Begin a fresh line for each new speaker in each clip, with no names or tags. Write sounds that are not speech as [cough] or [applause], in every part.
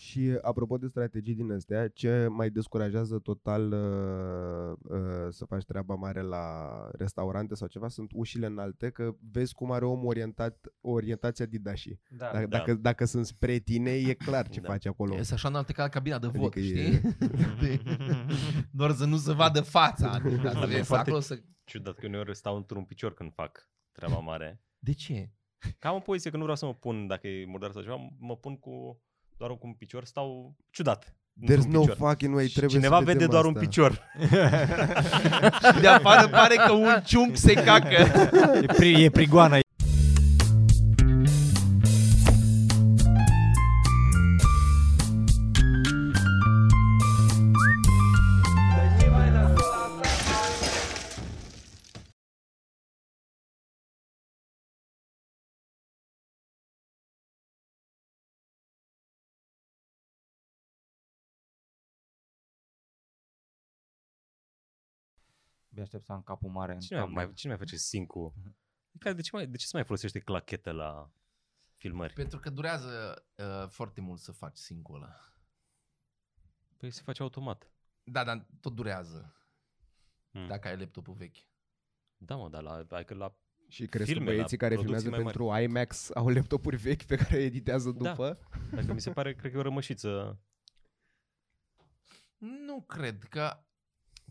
Și apropo de strategii din astea, ce mai descurajează total uh, uh, să faci treaba mare la restaurante sau ceva sunt ușile înalte, că vezi cum are omul orientat, orientația didașii.
Da.
Dacă,
da.
dacă, dacă sunt spre tine, e clar ce
Da.
faci acolo.
E să așa înaltă ca cabina de vot,
Adică e-
știi? [laughs] De- Doar să nu se vadă fața. Dar să
Foarte-
vezi acolo să...
Ciudat că uneori stau într-un picior când fac treaba mare.
De ce?
Cam în poziție că nu vreau să mă pun, dacă e murdar sau ceva, mă pun cu doar cu un picior, stau ciudat. într-un
There's no
picior.
fucking way,
Și
trebuie
Cineva
să vedem
vede doar
asta.
un picior.
Și de afară pare că un ciung se cacă.
E, pri, e prigoana. Bine aștept să am capul mare. în
Cine mai,
cameră.
mai, cine mai face sincu? Care, de, ce mai, de ce se mai folosește clachetă la filmări?
[laughs] Pentru că durează uh, foarte mult să faci singur ăla.
Păi se face automat.
Da, dar tot durează.
Mm.
Dacă ai laptopul vechi.
Da, mă, dar la, adică la
Și crezi că
filme, la
băieții care
producții
filmează
mai
pentru IMAX au laptopuri vechi pe care editează
Da.
după?
Adică mi se pare, cred că e o rămășiță.
Nu cred că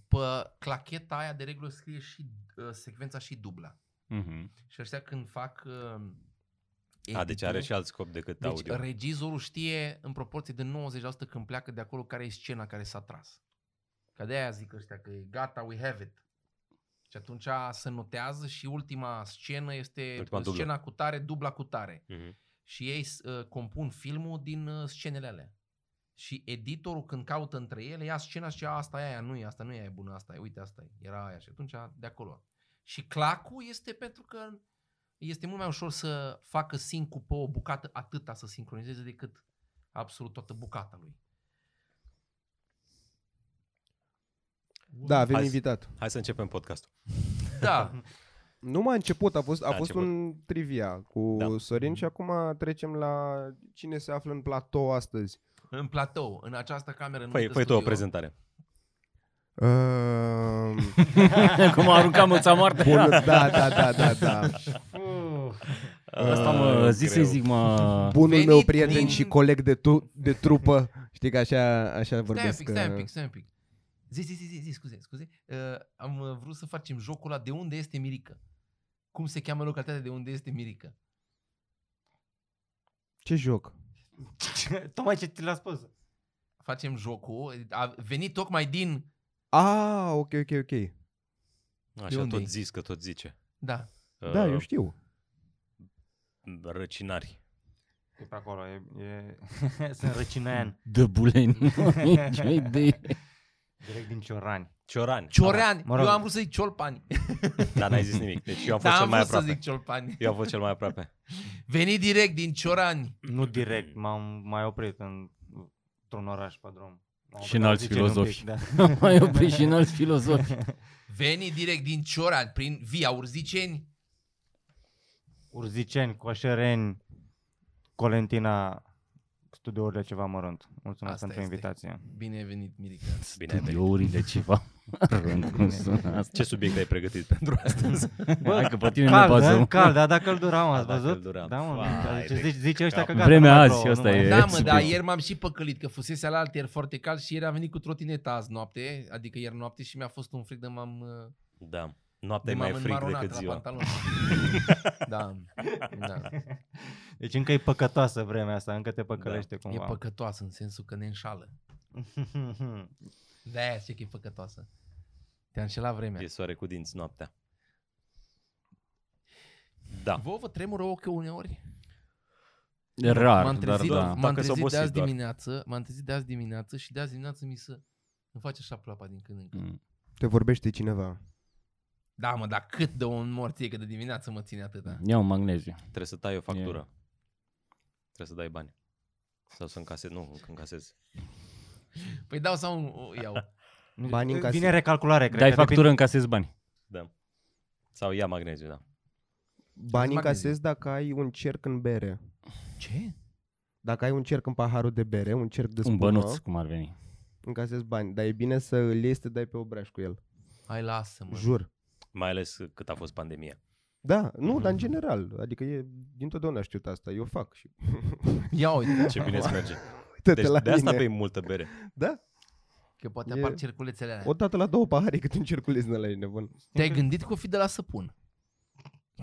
pe clacheta aia de regulă scrie și uh, secvența și dubla.
Mm-hmm.
Și ăștia când fac uh,
A, deci are
edituri-
și alt scop decât
Deci
audio.
regizorul știe în proporție de 90% când pleacă de acolo care e scena care s-a tras. Că de aia zic ăștia că e gata, we have it. Și atunci se notează și ultima scenă este
Ultima dublă.
scena cu tare, dubla cu tare.
Mhm.
Și ei uh, compun filmul din uh, scenele alea. Și editorul când caută între ele, ia scena și zice, "A, asta e aia, nu e, asta nu e, aia e bună, asta e, uite, asta e, era aia și atunci de acolo. Și clacul este pentru că este mult mai ușor să facă sincul pe o bucată atâta să sincronizeze decât absolut toată bucata lui.
Da, avem
Hai să-
invitat.
Hai să începem podcastul. [laughs]
Da,
Nu m-a început, a fost, a
A
fost
început.
un trivia cu
Da.
da. Sorin și acum trecem la cine se află în platou astăzi.
în platou, în această cameră.
Păi,
numită
păi tu o
studio.
prezentare.
Uh,
[laughs] Cum a aruncat mâța moartă.
bun, da, da, da, da, da.
Asta
mă, zi să-i zic, mă...
Bunul
Venit
meu prieten
din-
și coleg de, tu, de trupă, știi că așa, așa
Stai un
vorbesc.
pic, stai un
uh,
pic, stai un pic. Zi, zi, zi, zi, zi scuze, scuze. Uh, am uh, vrut să facem jocul ăla de unde este Mirica. Cum se cheamă localitatea de unde este Mirica?
Ce joc?
[laughs] Tocmai ce ți l-a spus.
Facem jocul, a venit tocmai din...
Ah, ok, ok, ok.
De
Așa
unde e?
tot zis că tot zice.
Da,
Da,
Uh,
eu știu.
Răcinari.
E pe acolo, e... e... [laughs] Sunt răcinean.
Dă buleni,
[laughs]
nicio idee.
Direct din Ciorani.
Ciorani.
Cioreani.
mă rog.
Eu am vrut să zic Ciolpani.
Dar n-ai zis nimic. Deci eu am fost
Da,
cel
am
mai
vrut să
aproape.
zic Ciolpani.
Eu am fost cel mai aproape.
Venit direct din Ciorani.
Nu direct, m-am mai oprit în, într-un oraș pe drum. M-am oprit
Și în
la
alți
ziceri un pic,
filozofi. [laughs]
da.
Mai opri și în alți filozofi.
Venit direct din Ciorani, prin Via Urziceni.
Urziceni, Coșereni, Colentina, studiourile ceva mărunt. Mulțumesc
Asta
pentru
este.
invitație.
Bine ai venit, Mirica.
Bine ai venit.
Studiourile
[laughs]
ceva. Rând [laughs] cum sună asta.
Ce subiect ai pregătit pentru astăzi?
Hai că pe tine ne
Cald,
bazăm.
cald, da, dacă îl duram, ați
dacă
văzut?
îl duram.
Da, mă,
Vai
ce
de
zici, zice ăștia că
cap.
gata,
Vremea
nu mai
azi,
plouă,
asta
nu mai-
e.
Da, mă,
super.
dar ieri m-am și păcălit că fusese la ieri foarte cald și ieri am venit cu trotineta azi noapte, adică ieri noapte și mi-a fost un fric de m-am, uh,
Da.
de
Noaptea e
m-am
mai frig
înmaronat
decât
la
ziua.
pantalon.
[laughs]
da, da.
[laughs] Deci încă e păcătoasă vremea asta, încă te păcălește
Da, E
[laughs] cumva.
păcătoasă în sensul că ne înșală. De aia zice că e păcătoasă. Te-a înșelat vremea.
E soare cu dinți noaptea. Da.
Vă vă tremură ochiul uneori?
E Rar,
m-am
dar
trezit,
da.
M-am
Dacă s-a
trezit de
obosit
azi
doar.
dimineață, m-am trezit de azi dimineață și de azi dimineață mi se îmi face așa plapa din când în când.
Mm.
Te vorbește cineva.
Da, mă, dar cât de un morție că de dimineață mă ține
Mm.
atâta.
da. Ia un magneziu.
Trebuie să tai o factură. Trebuie să dai bani. Sau să încasezi. Nu, că încasezi.
Păi dau sau nu, o iau.
Bani în casă.
Vine recalculare, cred
Dai
că depinde-
factură, încasezi bani.
Da. Sau ia magneziu, da.
Bani
Magneziu.
încasezi dacă ai un cerc în bere.
Ce?
Dacă ai un cerc în paharul de bere, un cerc de
Un
spumă,
bănuț, cum ar veni.
încasezi bani. Dar e bine să îl iei să te dai pe obraj cu el.
Hai, lasă-mă.
Jur.
Mai ales cât a fost pandemia.
Da, nu, dar în general. Adică e, dintotdeauna știu asta, eu fac. Și... [laughs]
Ia uite,
Ce bine se merge.
Uite-te
Deci
la
de asta
mine.
bei multă bere.
Da,
că poate
E-
apar cerculețele alea.
o dată la două pahare [laughs] cât un cerculeț din ăla e nebun.
Mm-hmm.
Te-ai gândit că o fi de la săpun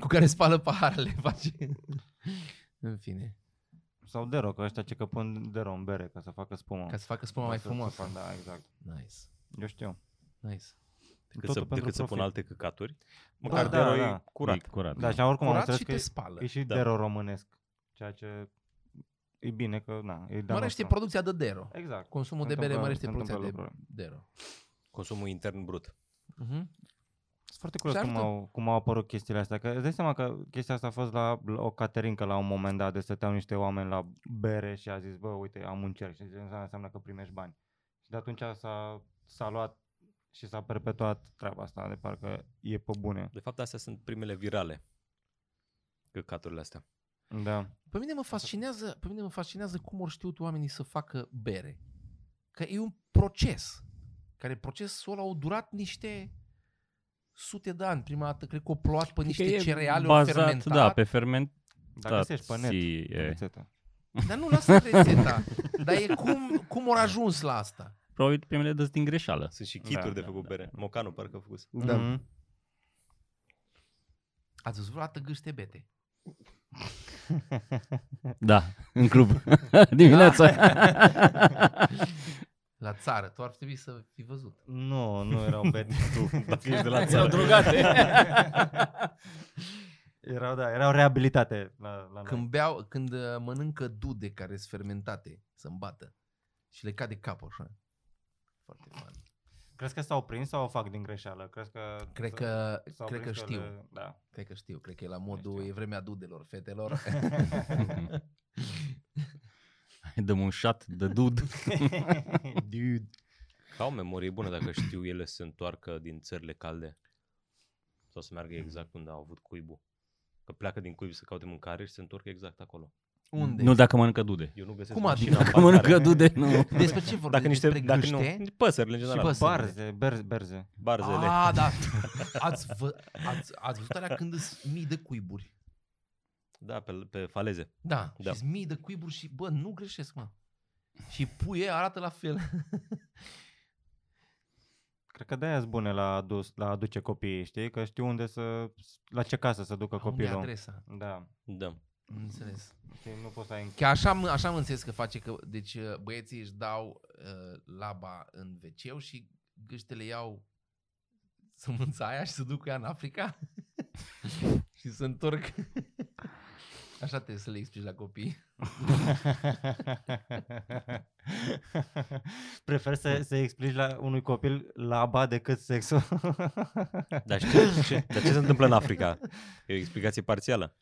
cu care spală paharele, [laughs] face. În fine,
Sau de roc, ăștia ce că pun de rom bere ca să facă spumă.
ca să facă spuma mai
Ca să-
frumoasă.
să fac- Da, exact.
Nice,
Eu știu.
nice.
Decât să,
pentru
decât să pun
profit.
alte căcaturi. Măcar
da,
de roi
da.
curat.
E curat.
Da, și oricum am
Curat
înțeles
și
că
te
e,
spală.
e și
Da.
dero românesc, ceea ce e bine că, na, e de
Mărește producția de Dero.
Exact.
Consumul de
Se
bere
întâmplă-
mărește
se
producția de
întâmplă
Dero.
Consumul intern brut.
Uh-huh.
Mhm.
Sunt foarte curios
Și
cum
ajută.
au, cum au apărut chestiile astea. Că îți dai seama că chestia asta a fost la, la o caterincă la un moment dat, de stăteau niște oameni la bere și a zis, bă, uite, am un cerc și zice, înseamnă, înseamnă că primești bani. Și de atunci s-a, s-a luat și s-a perpetuat treaba asta, de parcă e pe bune.
De fapt, astea sunt primele virale. Căcaturile astea.
Da.
Pe mine mă fascinează, pe mine mă fascinează cum au știut oamenii să facă bere. Că e un proces, care procesul ăla au durat niște sute de ani. Prima dată, cred că au plouat pe niște
Că Adică e
cereale, au
bazat,
fermentat.
Da, pe ferment.
Dacă
Da,
găsești pe net,
si-
pe
e.
rețetă.
Dar nu lasă rețeta. Dar e cum, cum au ajuns la asta.
Probabil primele dăți din
[laughs]
greșeală.
Sunt și kituri
Da,
de
da,
făcut
da,
bere. Mocanul parcă a făcut.
Da. Mm-hmm.
Mhm.
Ați văzut vreodată gâște bete?
Da, în club. [laughs] Dimineața.
Da.
[laughs]
La țară, tu ar trebui să fi văzut.
Nu, nu
[laughs]
erau bete.
Dacă ești de la
Erau
țară. [laughs]
drogate.
erau, da, erau reabilitate la, la
Când, beau, când uh, mănâncă dude care sunt fermentate, să-mi bată și le cade capul așa. Foarte fan.
noi. Crezi că s-au prins sau o fac din greșeală? Crezi că...
Cred
s-
că,
s-au
cred că
prins
știu.
le- Da. [laughs]
Cred că știu, cred că e la
Nu
modul,
știu.
e vremea dudelor, fetelor.
[laughs]
Dăm un shot de dud.
Dude.
Ca o memorie bună dacă știu ele să se întoarcă din țările calde. Sau să meargă exact unde au avut cuibul. Că pleacă din cuib să caute mâncare și se întorc exact acolo.
Unde?
Nu dacă mănâncă dude.
Eu nu găsesc
Cum
mașina
adică?
în
Dacă
parcare.
[laughs] mănâncă dude,
[laughs]
nu.
Despre ce vorbim?
Dacă niște,
Despre
dacă
gâște?
nu, păsările în general,
păsări.
păs-
Barze, berze, berze.
barzele.
Ah, da. Ați, vă, ați, ați văzut alea când sunt mii de cuiburi.
Da, pe, pe faleze.
Da,
Da.
da. și mii de cuiburi și, bă, nu greșesc, mă. Și puie arată la fel.
Cred că de-aia bune la, adus, la aduce copiii, știi? Că știu unde să... La ce casă să ducă
A, Unde e
copilul.
adresa?
Da.
Da.
Am Înțeles.
Știi, nu poți să ai... înch-
Că așa, am- așa am înțeles că face că, deci, băieții își dau uh, laba în wc și gâștele iau sămânța aia și se duc cu ea în Africa [laughs] și se întorc. [laughs] Așa trebuie să le explici la copii.
[laughs] Prefer să, să explici la unui copil laba decât sexul.
Dar ce, ce, dar ce se întâmplă în Africa? E o explicație parțială.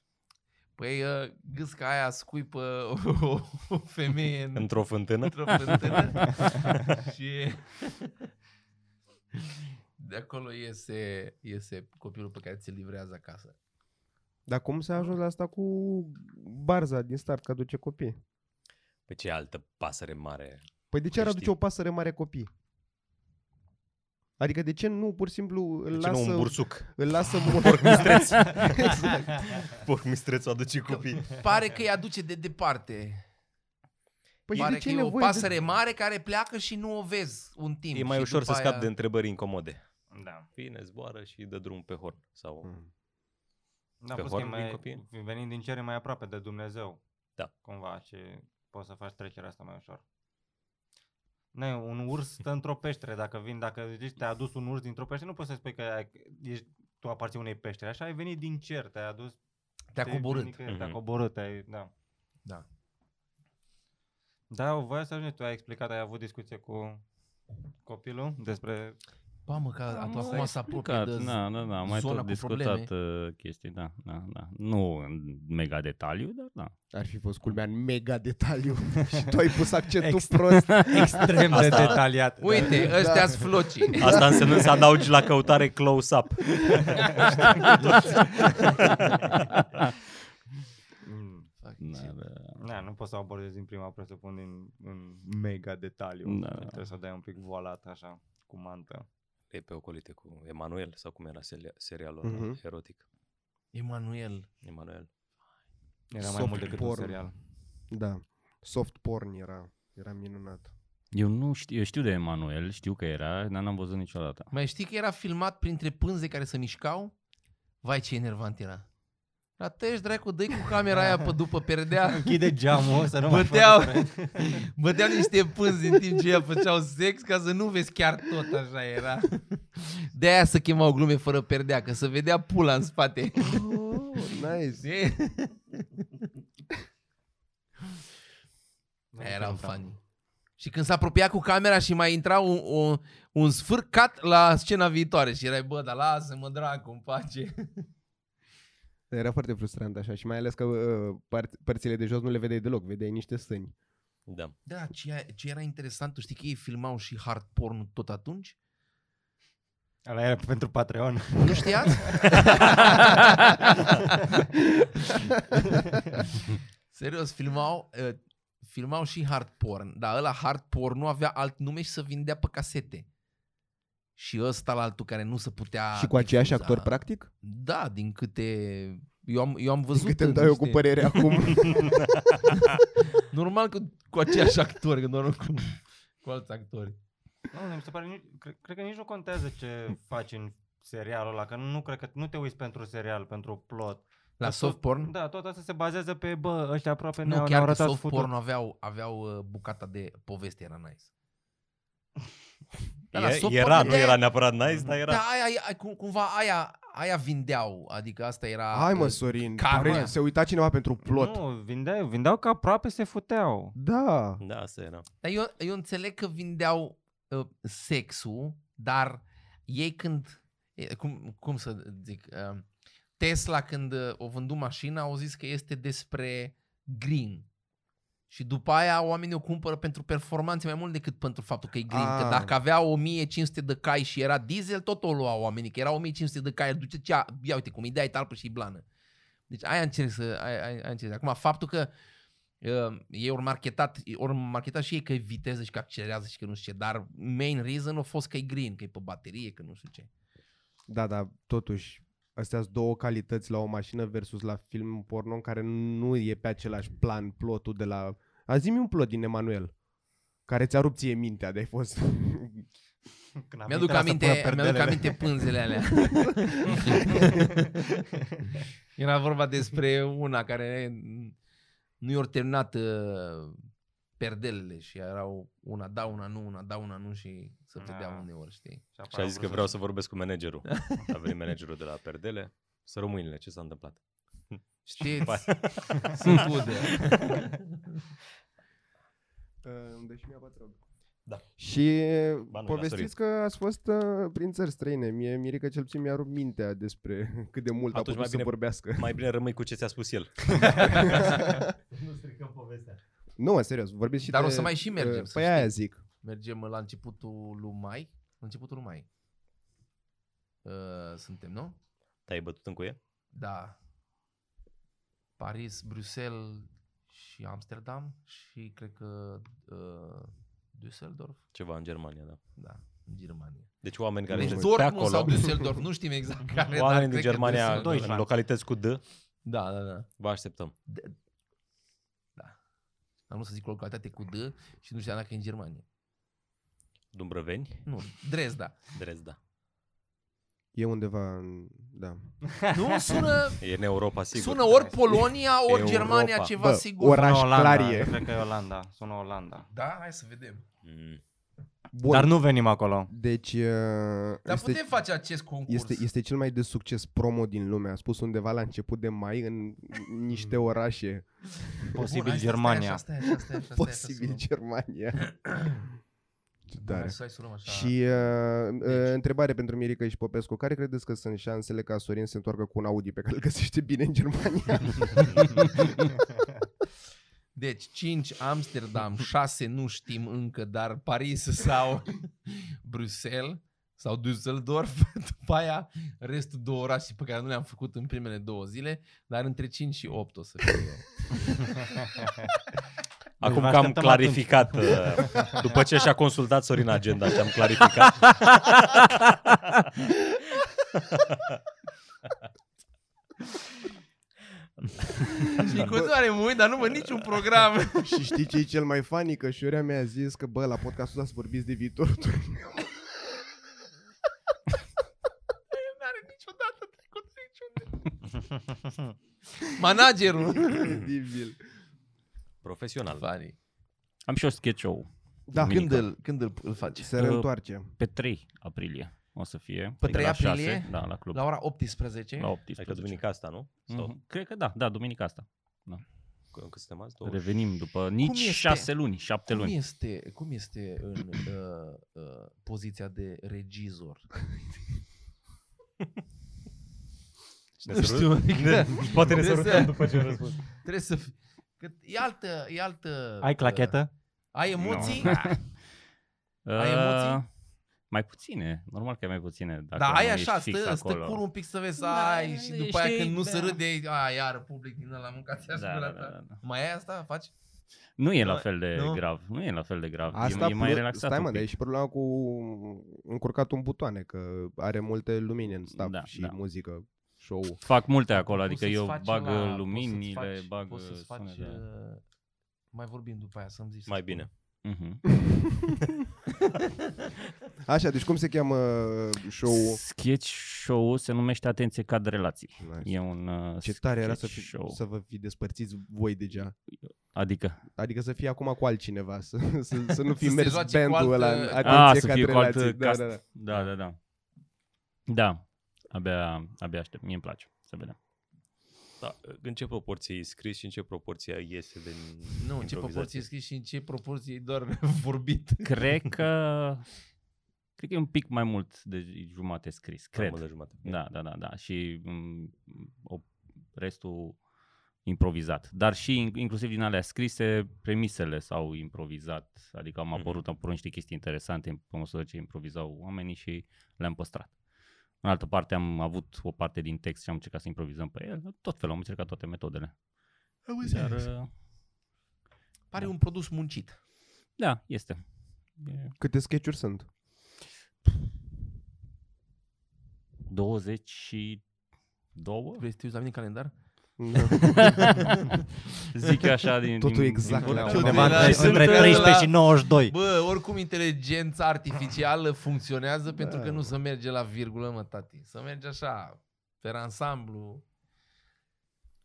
Păi, uh, gâsca aia scuipă o, o, o femeie în,
Într-o fântână?
într-o
[laughs]
fântână și de acolo iese, iese copilul pe care ți-l livrează acasă.
Dar cum s-a ajuns la asta cu barza din start, că aduce copii?
Pe ce altă pasăre mare?
Păi de ce ar
Că
aduce
știi.
o pasăre mare copii? Adică de ce nu pur și simplu îl
De ce nu un
lasă,
bursuc?
îl lasă mor?
Porc
Exact.
mistreț.
[laughs]
Porc mistreț aduce copii.
Pare că îi aduce de departe.
Păi și
Pare
de ce
că e o
nevoie
pasăre
de...
mare care pleacă și nu o vezi un timp.
E mai
și
ușor să
după
scap
aia-
de întrebări incomode.
da.
Bine, zboară și dă drum pe horn. Sau...
Mm.
Da,
Pe
plus că e
horn vin
mai,
copiii?
venind din cer e mai aproape de Dumnezeu.
Da.
Cumva și poți să faci trecerea asta mai ușor. Nu, un urs stă într-o peștere. Dacă vin, dacă zici, te-a adus un urs dintr-o peștere, nu poți să spui că ai- ești, tu aparții unei peștere. Așa ai venit din cer, te-ai adus.
Te-a
te-ai
coborât.
venit că- Te-a
Mhm.
coborât, ai, da.
Da.
Da, o voia să ajungi. Tu ai explicat, ai avut discuție cu copilul despre...
Ba mă, că
Am
tu acum
mai
s-a apropiat de
explicat, Da, da, da, am mai
zona
tot
cu
discutat uh, chestii, da, da, da. Nu în mega detaliu, dar da.
Ar fi fost culmea în mega detaliu [laughs] și tu ai pus accentul
Exact.
prost.
Extrem de detaliat.
Uite,
Da.
ăstea sunt
[laughs]
flocii.
Asta înseamnă să adaugi la căutare close-up.
Mm. Mm.
Dar, uh,
Da, nu poți să abordezi din prima presupun din în mega detaliu.
Da.
Da. Trebuie să dai un pic voalat așa, cu mantă.
E pe ocolite cu Emanuel sau cum era seria- serialul
Mhm.
mm-hmm. erotic.
Emanuel.
Emanuel.
Era mai
Soft
mult decât un
porn.
serial.
Da. Soft porn era. Era minunat.
Eu nu știu, eu știu de Emanuel, știu că era, dar n-am văzut niciodată.
Mai știi că era filmat printre pânze care se mișcau? Vai ce enervant era. La tești, dracu, dă cu camera aia pe după perdea.
Închide geamul să nu mai
Băteau,
facă-
băteau niște pânzi în timp ce ea făceau sex ca să nu vezi chiar tot așa era. De aia să chemau glume fără perdea, că să vedea pula în spate.
[laughs] nice.
Știi?
Nu
Aia erau
știu, da.
funny. Și când s-a apropiat cu camera și mai intra un, un, un sfârcat la scena viitoare și erai, bă, dar lasă-mă, dracu, în pace.
Era foarte frustrant așa și mai ales că uh, par- părțile de jos nu le vedeai deloc, vedeai niște sâni.
Da.
Da, ce, ce era interesant, tu știi că ei filmau și hard porn tot atunci?
Ăla era pentru Patreon.
Nu știați? [laughs] Serios, filmau, uh, filmau și hard porn, dar ăla hard porn nu avea alt nume și se vindea pe casete. Și ăsta la altul care nu se putea
și cu aceiași
difuza.
actori, practic?
Da, din câte... Eu am, eu am văzut...
Din câte îmi dau eu cu
niște-
părere acum.
Normal că cu aceiași actori, că doar cu, cu alți actori.
Nu, mi se pare, nici- cre- cred că nici nu contează ce faci în serialul ăla, că nu cred că nu te uiți pentru serial, pentru plot.
La
Că
soft
tot-
porn?
Da, tot asta se bazează pe, bă, ăștia aproape
nu,
ne-au, ne-au
chiar că
arătat
soft
futul.
porn aveau, aveau uh, bucata de poveste, era nice. Da,
E, Da,
la soft
era,
porn
nu
de-
era neapărat nice, dar era...
Da, aia, aia, cum, cumva aia, aia vindeau, adică asta era...
[laughs] Hai mă,
uh,
Sorin,
karma.
pare- se uita cineva pentru plot.
Nu, vindeau, vindeau că aproape se futeau. [laughs]
Da.
Da, asta era.
Dar eu, eu înțeleg că vindeau uh, sexul, dar ei când, e, cum, cum să zic, uh, Tesla când uh, o vându mașina au zis că este despre green. Și după aia oamenii o cumpără pentru performanțe mai mult decât pentru faptul că e green. Ah.
Ah.
Că dacă avea 1500 de cai și era diesel, tot o luau oamenii. Că era 1500 de cai, duce cea, ia uite cum îi dai talpă și blană. Deci aia încerc să... Aia, aia, aia încerc. Acum, faptul că Uh, ei ori marketat, ori marketat și ei că e viteză și că accelerează și că nu știu ce, dar main reason a fost că e green, că e pe baterie, că nu știu ce.
Da, dar totuși, astea sunt două calități la o mașină versus la film porno în care nu e pe același plan plotul de la... A zi un plot din Emanuel care ți-a rupt ție mintea de ai fost... [laughs]
Când
Mi-aduc
era să pună
aminte, mi-aduc
perdelele.
aminte pânzele
[laughs]
alea. Era vorba despre una care nu i-au terminat uh, perdelele și erau una da, una nu, una da, una nu și se vedea
Ah.
uneori,
[laughs]
știi?
Și a zis că vreau să vorbesc cu managerul. A venit managerul de la perdele. Să rămâinile, ce s-a întâmplat?
Știți?
Ba-
Sunt ude.
Deci mi-a patrog.
Da.
Și
Ba nu,
povestiți că ați fost uh, prin țări străine. Mie, Mirica cel puțin mi-a rupt mintea despre [laughs] cât de mult
Atunci
a putut
mai
să
bine-
vorbească.
Mai bine rămâi cu ce ți-a spus el.
Nu stricăm povestea.
Nu, mă, serios, vorbiți și
Dar
de,
o să mai și
uh,
mergem, să
Păi aia
știi.
zic.
Mergem la începutul lui mai. La începutul lui mai. Uh, suntem, nu?
Te-ai bătut în cuie?
Da. Paris, Bruxelles și Amsterdam și cred că uh, Düsseldorf,
Ceva în Germania, da.
da, în Germania.
Deci oameni care
deci
deci pe
Dortmund
acolo,
sau Düsseldorf, nu știm
[laughs]
exact care. dar
oameni din
cred că
Germania,
Düsseldorf.
în localități cu D,
Da, da, da.
vă așteptăm.
Am vrut să zic localitate cu D și nu știam dacă e în Germania.
Dumbrăveni,
Nu, Dresda.
Dresda.
E undeva în... Da.
[laughs]
Nu sună,
E în Europa, sigur.
sună ori Polonia, ori
Europa.
Germania, ceva
Bă,
sigur.
ora- Oraș
Olanda,
Clarie.
Cred că e Olanda. Sună Olanda.
Da, hai să vedem.
Mm.
Bun.
Dar nu venim acolo.
Deci uh,
Dar
este,
putem face acest concurs.
este, este cel mai de succes promo din lume. A spus undeva la început de mai
Mm.
în niște orașe,
Posibil
hai, stai, stai,
Germania.
Așa, stai, așa, stai, așa, stai, așa,
posibil
sunăm. [coughs]
Germania. Ce
Bun, hai
tare.
să- hai să luăm așa.
Și uh,
Deci.
Da. deci. întrebare pentru Mirica și Popescu. Care credeți că sunt șansele ca Sorin să se întoarcă cu un Audi pe care îl găsește bine în Germania?
Deci 5 [laughs] Amsterdam, 6 nu știm încă, dar Paris [laughs] sau Bruxelles sau Düsseldorf, [laughs] după aia [laughs] restul două orașe pe care nu le-am făcut în primele două zile, dar între 5 și 8 o să fie.
Acum
vă
că am
așteptăm
clarificat, uh, după ce și-a consultat Sorin agenda și am clarificat.
Și în continuare mă uit, dar nu văd niciun [laughs] program.
[laughs] Și știi ce e cel mai funny? Că Șurea mi-a zis că, bă, la podcastul ăsta să vorbiți de viitorul [clears throat] meu.
N-are niciodată trecut niciunde. Managerul.
Incredibil.
Profesional.
Funny.
Am și o sketch show
Da,
Duminică.
când
Când îl, când îl, îl faci?
se
Uh,
reîntoarce.
pe 3 aprilie. O să fie.
Pe
adică
3
la șase,
aprilie?
da, la club.
La ora 18?
la
Adică
18.
duminica asta, nu? Sau
Mhm. Cred că da, da, duminica asta.
mm cât suntem azi? Două-
Revenim după nici
este?
șase luni, șapte
Cum
luni.
este, cum este în uh, uh, poziția de regizor?
Ne
Nu
sărut-
știu, adică-
Ne- Poate ne
Trebuie
sărutăm
să-
după ce răspuns.
Trebuie să fii... Că e altă, e altă...
Ai clachetă?
Uh, ai emoții?
Nu.
No. Ai emoții?
Uh, Mai puține, normal că ai mai puține. Dacă
Dar
nu
ai
ești
așa,
fix
stă, stă
acolo.
cur un pic să vezi,
Da,
ai, și după aia
știi,
când nu se
da.
râde, ai, iară, public din ăla mâncați așa
da, da, da,
ta.
da.
Mai ai asta? Faci?
Nu e
Da,
la fel de
nu?
grav, nu e la fel de grav.
Asta
e, e mai
plus-
relaxat.
Stai
un
mă, deci dar e
pic.
și problema cu încurcatul în butoane, că are multe lumini în staff
Da,
și
da.
muzică, show
Fac multe acolo, adică
Poți
eu
să-ți faci
bag
ăla, poți
luminile, da.
să-ți faci-
bag
poți să-ți faci,
sunetele.
uh, Mai vorbim după aia, să-mi zici. să
Mai
spun.
bine.
uh,
Mhm.
Așa, deci cum se cheamă show-ul?
Sketch show se numește Atenție Cad Relații.
Nice.
E un uh,
Ce tare era să,
sketch
fi,
show.
să vă fi despărțiți voi deja.
Adică,
Adică să fie acum cu altcineva, să, [laughs] să, să nu fi
Să se
mers
joace cu
bandul ăla. în
altă- Ah,
Atenție
a, să
ca
fie cu altă
relații. da,
cast.
da, da.
Da, da, da. Da, abia, abia aștept. Mie îmi place să
[laughs]
vedem.
Da, în ce proporție e scris și în ce proporție iese din
Nu, în ce proporție e scris și în ce proporție e doar [laughs] vorbit.
Cred că... cred că e un pic mai mult de jumate scris. Cred.
Cred. Jumate.
Da, da, da, da. Și m, o, restul improvizat. Dar și in- inclusiv din alea scrise, premisele s-au improvizat. Adică am
Mhm.
apărut, am apărut niște chestii interesante pe măsură ce improvizau oamenii și le-am păstrat. În altă parte am avut o parte din text și am încercat să improvizăm pe el. Tot felul, am încercat toate metodele. Dar, uh,
Pare
Da.
un produs muncit.
da, este. E
Câte sketch-uri
[laughs]
sunt? [laughs]
22?
Vrei să te uiți la mine în calendar?
Zic eu așa din...
Totul
din-
exact
din
la
vorba.
cel mai
Undeva
mare.
între,
Da. sunt
între
la-
13 și 92.
Bă, oricum inteligența artificială funcționează pentru că nu
mă.
se merge la virgulă, mă, tati. Să merge așa, pe ansamblu.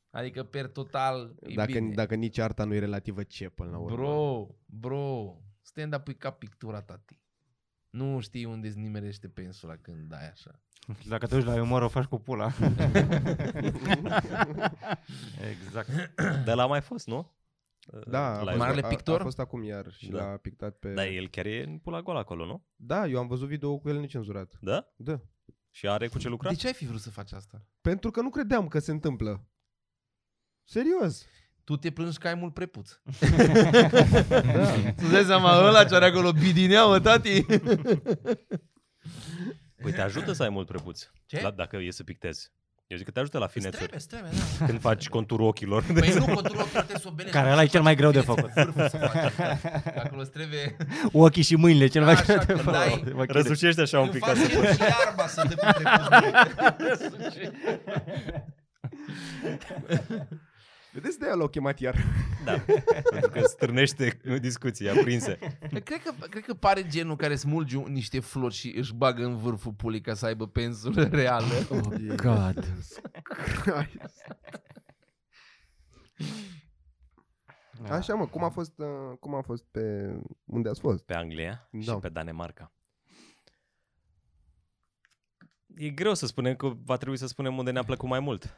Adică, per total, e
Dacă,
bine.
dacă nici arta nu e relativă, ce până la urmă?
Bro, bro, stand-up e ca pictura, tati. Nu știi unde îți nimerește pensula când dai așa.
Și dacă te duci la umor, o faci cu [laughs] pula. exact.
Dar l-a mai fost, nu?
Da, a
La
fost-
Marele
a-
pictor?
A fost acum iar și
Da.
l-a pictat pe...
Dar el chiar e în pula goală acolo, nu?
Da, eu am văzut video cu el necenzurat.
Da?
Da.
Și are cu ce lucra?
De
Deci-
ce ai fi vrut să faci asta?
Pentru că nu credeam că se întâmplă.
[laughs]
Serios.
Tu te plângi că ai mult [laughs] prepuț.
Da.
Tu dai seama ăla ce are acolo bidinea, mă, tati?
Păi te ajută să ai mult prepuț.
Ce?
La, dacă e să pictezi. Eu zic că te ajută la finețuri.
Trebuie, trebuie, da.
Când
[laughs]
faci conturul ochilor.
Păi nu, conturul ochiului trebuie să o belești.
Care ăla e cel mai greu de făcut.
Vârful să faci. [laughs] Acolo îți trebuie...
Ochii și mâinile, cel mai
Așa,
greu de
când ai-
făcut. Mă chide.
[laughs] Răsucește așa un
Când
pic.
faci
ca să-
el și iarba să te pute
Vedeți de aia l-au chemat iar.
[laughs] Da. Pentru că stârnește discuții aprinse.
cred, că, cred că pare genul care smulge un- niște flori și își bagă în vârful pulii ca să aibă pensulă reală.
God.
Da.
Așa mă, cum a fost, uh, cum a fost pe unde ați fost?
Pe Anglia
Da.
și pe Danemarca. E greu să spunem că va trebui să spunem unde ne-a plăcut mai mult.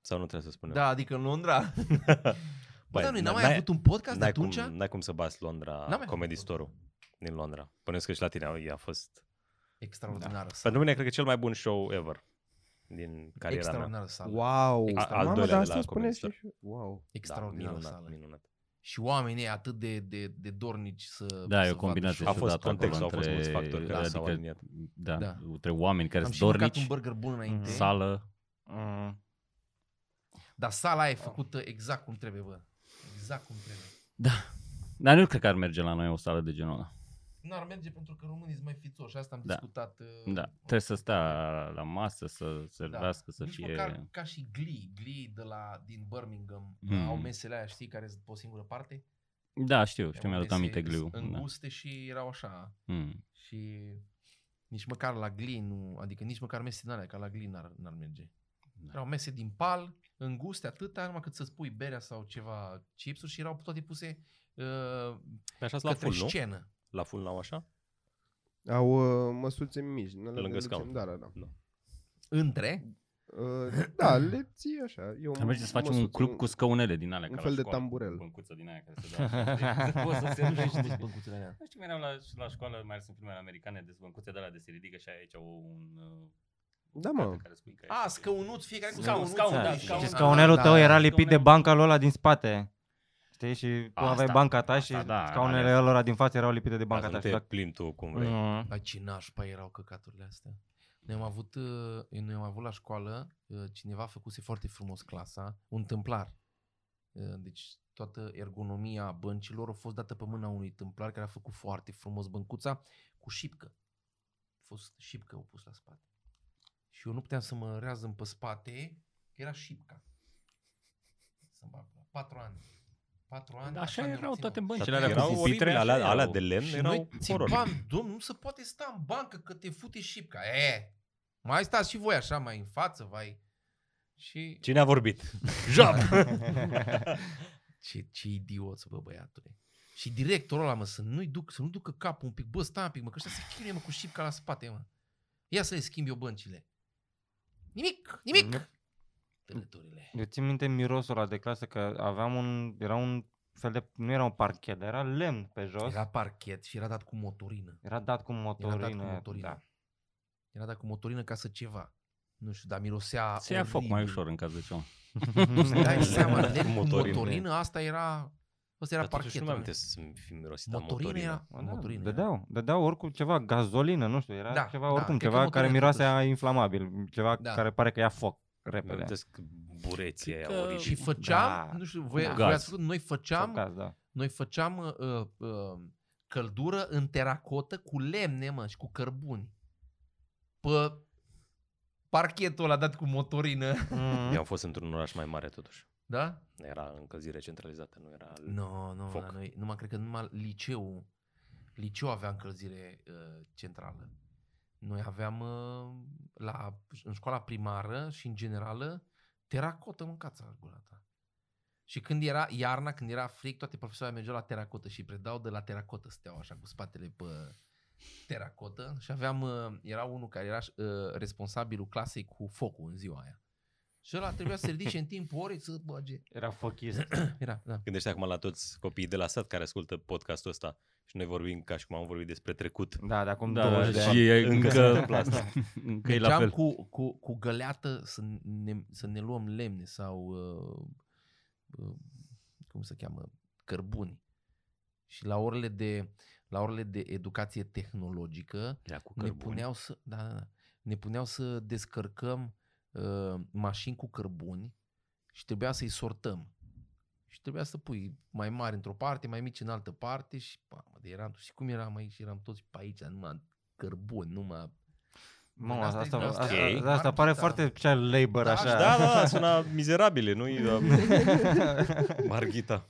Sau nu trebuie să spunem?
Da, adică în
[laughs]
Londra. Bă,
Băi,
dar noi
n-
n-am mai
n-ai-
avut un podcast de
N-ai
atunci?
cum, n-ai cum să bați Londra,
mai fost
comedistorul din Londra. Bănuiesc că și la tine a- a fost...
Extraordinară sală.
Pentru mine, cred că cel mai bun show ever din cariera mea. Da,
Extraordinară sală.
Wow.
A- al
Mamă,
doilea
dar
de la
asta spune
Comedy
și... Wow.
da,
Extraordinară
minunat,
sală.
minunat.
Și oamenii atât de, de, de dornici să
Da,
să
e
vadă
o combinație
show.
A fost
ciudată acolo
contextul, au fost
între- adică,
mulți factori care s-au aliniat.
Da,
Da.
da, între oameni care
Am
sunt
și mâncat
dornici,
un burger bun înainte.
Mhm.
sală.
Mm.
Dar sala aia e făcută exact cum trebuie, bă. Exact cum trebuie.
Dar nu cred că ar merge la noi o sală de genul ăla.
N-ar merge pentru că românii sunt mai fițoși, asta am
Da.
discutat. uh,
Da. Trebuie să stea la masă, să servească, să
Da. Nici
fie...
măcar ca și Glee, Glee de la, din Birmingham,
Mm.
au mesele aia, știi, care sunt pe o singură parte.
Da, știu, știu,
Erau
mi-a dat
mese
aminte gliu. Da.
Înguste și erau așa.
Mm.
Și nici măcar la Glee nu, adică nici măcar mese din alea, ca la Glee n-ar, n-ar merge.
Da.
Erau mese din pal, înguste atâta, numai cât să-ți pui berea sau ceva chipsuri și erau toate puse uh,
Pe așa la
către
full, nu?
scenă.
La full n-au așa?
Au uh, măsuțe mici. din alea
Lângă
de lecție.
scaun.
Da, da, da.
Între?
Uh, da, le ții așa. Eu
Ar merge să facem un club cu scăunele din alea.
un
ca
fel
la
de
școală,
tamburel.
cu Băncuță din aia care se dă așa, știi? Poți să se rupe și de-
băncuțele alea.
Nu știu, mereu la, la școală, mai ales în filmele americane, de băncuțe de alea de se ridică și aici au un... uh,
Da,
bucată
mă.
Care spui că
A, scăunuț, fiecare cu
Scaun,
scăunuț.
scaun,
da,
da,
scaun.
Și
da,
scaunelul
da,
tău
da,
era
da.
lipit de
scaunelul-
banca lui ăla din spate. Știi? Și tu
Asta,
aveai banca ta
asta,
și
da,
scaunele
alea.
ălora din față erau lipite de banca
Dacă
ta.
nu
și
te
dacă-
plimbi tu cum vrei.
Mm.
Dar ce nașpa erau căcaturile astea? Noi am avut, uh, noi am avut la școală, uh, cineva făcuse foarte frumos clasa, un tâmplar. Uh, Deci toată ergonomia băncilor a fost dată pe mâna unui tâmplar care a făcut foarte frumos băncuța cu șipcă. A fost șipcă o pus la spate. Și eu nu puteam să mă reazăm pe spate, că era șipca. Să-mi bag la patru ani. Patru ani.
Da, așa
mi-o
erau
ținut.
toate băncile
Dar
alea
erau
cu pupitre,
oribile,
alea,
alea, alea
erau.
de lemn
Și
erau
noi
horror.
țipam, domn, nu se poate sta în bancă că te fute șipca. E, mai stați și voi așa mai în față, vai. Și
Cine a vorbit? Jab!
[laughs] ce, ce idioți, bă, băiatule. Și directorul ăla, mă, să nu-i duc, să nu ducă capul un pic, bă, stai un pic, mă, că ăștia se chinuie, mă, cu șipca la spate, mă. Ia să le schimb eu băncile. Nimic, nimic. Tâlăturile.
Eu țin minte mirosul ăla de clasă că aveam un, era un fel de, nu era un parchet, dar era lemn pe jos.
Era parchet și era dat cu motorină.
Era dat cu motorină.
Era dat cu motorină.
Da.
Era dat cu motorină ca să ceva. Nu știu, dar mirosea
Se ia foc mai
oribil.
ușor în caz de ceva.
Îți dai
[laughs]
seama,
Cu
de cu
motorină.
motorină, asta era, asta era
Dar totuși
parchetul.
nu mi
mă.
amintesc să fi mirosit a
motorină era,
Bă,
motorină
Da,
era.
dădeau, dădeau oricum ceva, gazolină, nu știu, era
Da,
da, ceva
da,
oricum,
cred că
ceva care
motorină
miroase
totuși.
a inflamabil, ceva
Da.
care pare că ia foc
Îmi
repede.
amintesc bureții aia
Cred că-
Și
oribili.
făceam,
Da.
nu știu, voi,
Da.
voi ați
Gaz.
făcut, noi
Sau
făceam,
Gaz,
[laughs]
da.
noi făceam uh, uh, căldură în teracotă cu lemne, mă, și cu cărbuni. Pe parchetul ăla dat cu motorină. [laughs]
Eu
Mm.
am fost într-un oraș mai mare totuși.
Da?
Era încălzire centralizată, nu era...
Nu, no, nu,
Foc.
la noi, numai cred că numai liceul, liceu avea încălzire uh, centrală. Noi aveam uh, la, în școala primară și în generală teracotă mâncața la gura ta. Și când era iarna, când era fric, toate profesorii mergeau la teracotă și predau de la teracotă, steau așa cu spatele pe teracotă și aveam, uh, era unul care era uh, responsabilul clasei cu focul în ziua aia. Și ăla trebuia să se ridice în timpul orei să bage.
Era fochist.
Era, da.
Gândește acum la toți copiii de la sat care ascultă podcastul ăsta și noi vorbim ca și cum am vorbit despre trecut.
[clears throat] Da, de acum
Da, da,
20 de
și
ani.
e
Încă se
încă...
întâmplă asta.
Încă e la
Mergeam
fel.
cu, cu, cu găleată să ne, să ne luăm lemne sau, uh, uh, cum se cheamă, cărbuni. Și la orele de, la orele de educație tehnologică
Era cu
ne puneau, să, da, da, da, ne puneau să descărcăm uh, mașini cu cărbuni și trebuia să-i sortăm. Și trebuia să pui mai mari într-o parte, mai mici în altă parte și, mamă, de eram, și cum eram aici, eram toți pe aici, numai cărbuni, numai
Mamă,
Asta
asta,
e
asta,
din
asta,
astea.
asta,
Ok.
pare
Margita.
foarte child labor,
Da,
așa.
Da,
[laughs]
da, da, suna mizerabile, nu-i da, Marghita.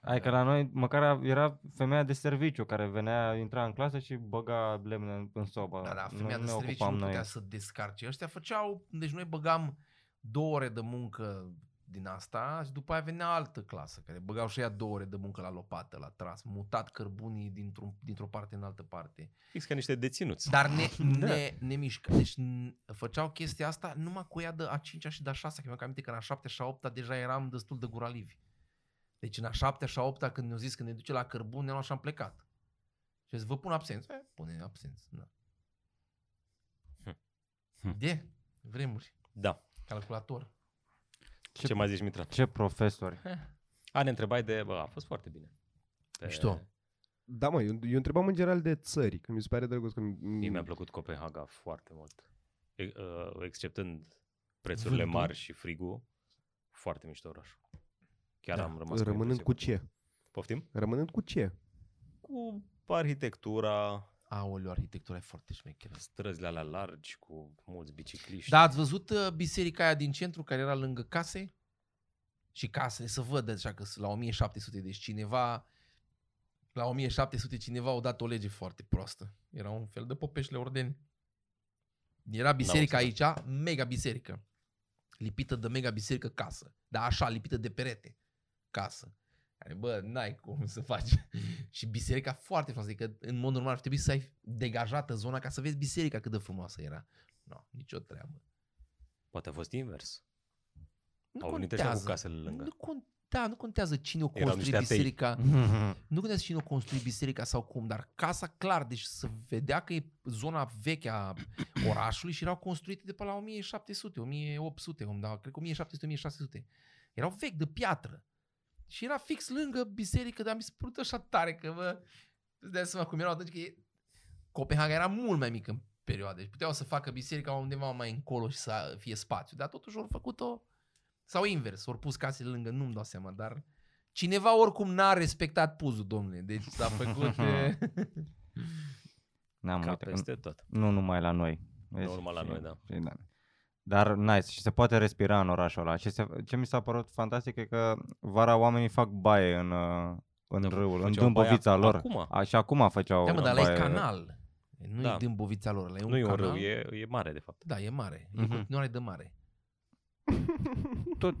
Ai că la noi măcar a- era femeia de serviciu care venea, intra în clasă și băga lemne în- în sobă.
Da, da, femeia
nu
de
ne
serviciu
ocupam
nu putea
noi.
să descarce. Ăștia făceau, deci noi băgam două ore de muncă din asta și după aia venea altă clasă care băgau și ea două ore de muncă la lopată, la tras, mutat cărbunii dintr-o, dintr-o parte în altă parte.
Fix ca niște deținuți.
Dar
[laughs]
ne,
Da.
ne, ne mișcă. Deci n- făceau chestia asta numai cu ea de a 5 și de a 6 că mi-am aminte că în a 7 și a 8 deja eram destul de guralivi. Deci în a 7 și a 8 când ne-au zis că ne duce la cărbune, ne-am așa am plecat. Și zis, vă pun absență. Eh, pune absență. Da.
Hm.
De? Vremuri.
Da.
Calculator.
Ce, mai zici, Mitra?
Ce
[laughs]
profesori?
A, ne întrebai de... Bă, a fost foarte bine. Pe-
Mișto.
Da, mă, eu, eu întrebam în general de țări, că mi se pare drăguț că... mm,
Mie mi-a
Mi,
plăcut Copenhaga foarte mult. E- uh, Exceptând prețurile
Vântul?
mari și frigul, foarte mișto oraș. Chiar
Da.
am rămas cu
Rămânând
impresia
cu
acolo.
ce?
Poftim?
Rămânând cu ce?
Cu arhitectura,
Aoleu, arhitectura e foarte șmecheră.
străzile alea largi, cu mulți bicicliști.
Dar ați văzut uh, biserica aia din centru care era lângă case? Și casele să văd așa că sunt la 1700, deci cineva la 1700 cineva au dat o lege foarte proastă. Era un fel de popeșle ordeni. Era biserica aici, mega biserică. Lipită de mega biserică casă. Dar așa, lipită de perete. Casă. Care, bă, n-ai cum să faci. și biserica foarte frumoasă. Adică, în mod normal, ar trebui să ai degajată zona ca să vezi biserica cât de frumoasă era. Nu, nicio treabă.
Poate a fost invers.
Nu
Au venit ăștia cu casele lângă.
Nu contează. Da, nu contează cine o
Erau
construi
niște atei.
biserica. Nu contează cine o construi biserica sau cum, dar casa clar, deci să vedea că e zona veche a [clears throat] orașului și erau construite de pe la 1700, 1800, om, da, cred că 1700, 1600. Erau vechi de piatră. Și era fix lângă biserică, dar mi se părut așa tare că vă... Îți dai seama cum erau atunci că e... Copenhaga era mult mai mică în perioadă. Deci puteau să facă biserica undeva mai încolo și să fie spațiu. Dar totuși au făcut-o sau invers, ori pus casele lângă, nu-mi dau seama, dar cineva oricum n-a respectat puzul, domnule. Deci s-a făcut... e,
Ne-am
Ca
uitat.
peste tot.
Nu numai la noi.
numai la noi, da.
și- da. Dar nice și se poate respira în orașul ăla. Ce, se, ce mi s-a părut fantastic e că vara oamenii fac baie în, uh, în
Da, făceau
râul, în
baia
dâmbovița lor.
Acum.
A, și acum făceau
Da, mă, dar la e
baie.
canal. Nu da.
Da.
e dâmbovița lor, ăla e un
Nu e un
canal.
râu, e, e mare de
[laughs]
fapt.
Da, e mare. E
Mhm.
continuare de mare.
Tot,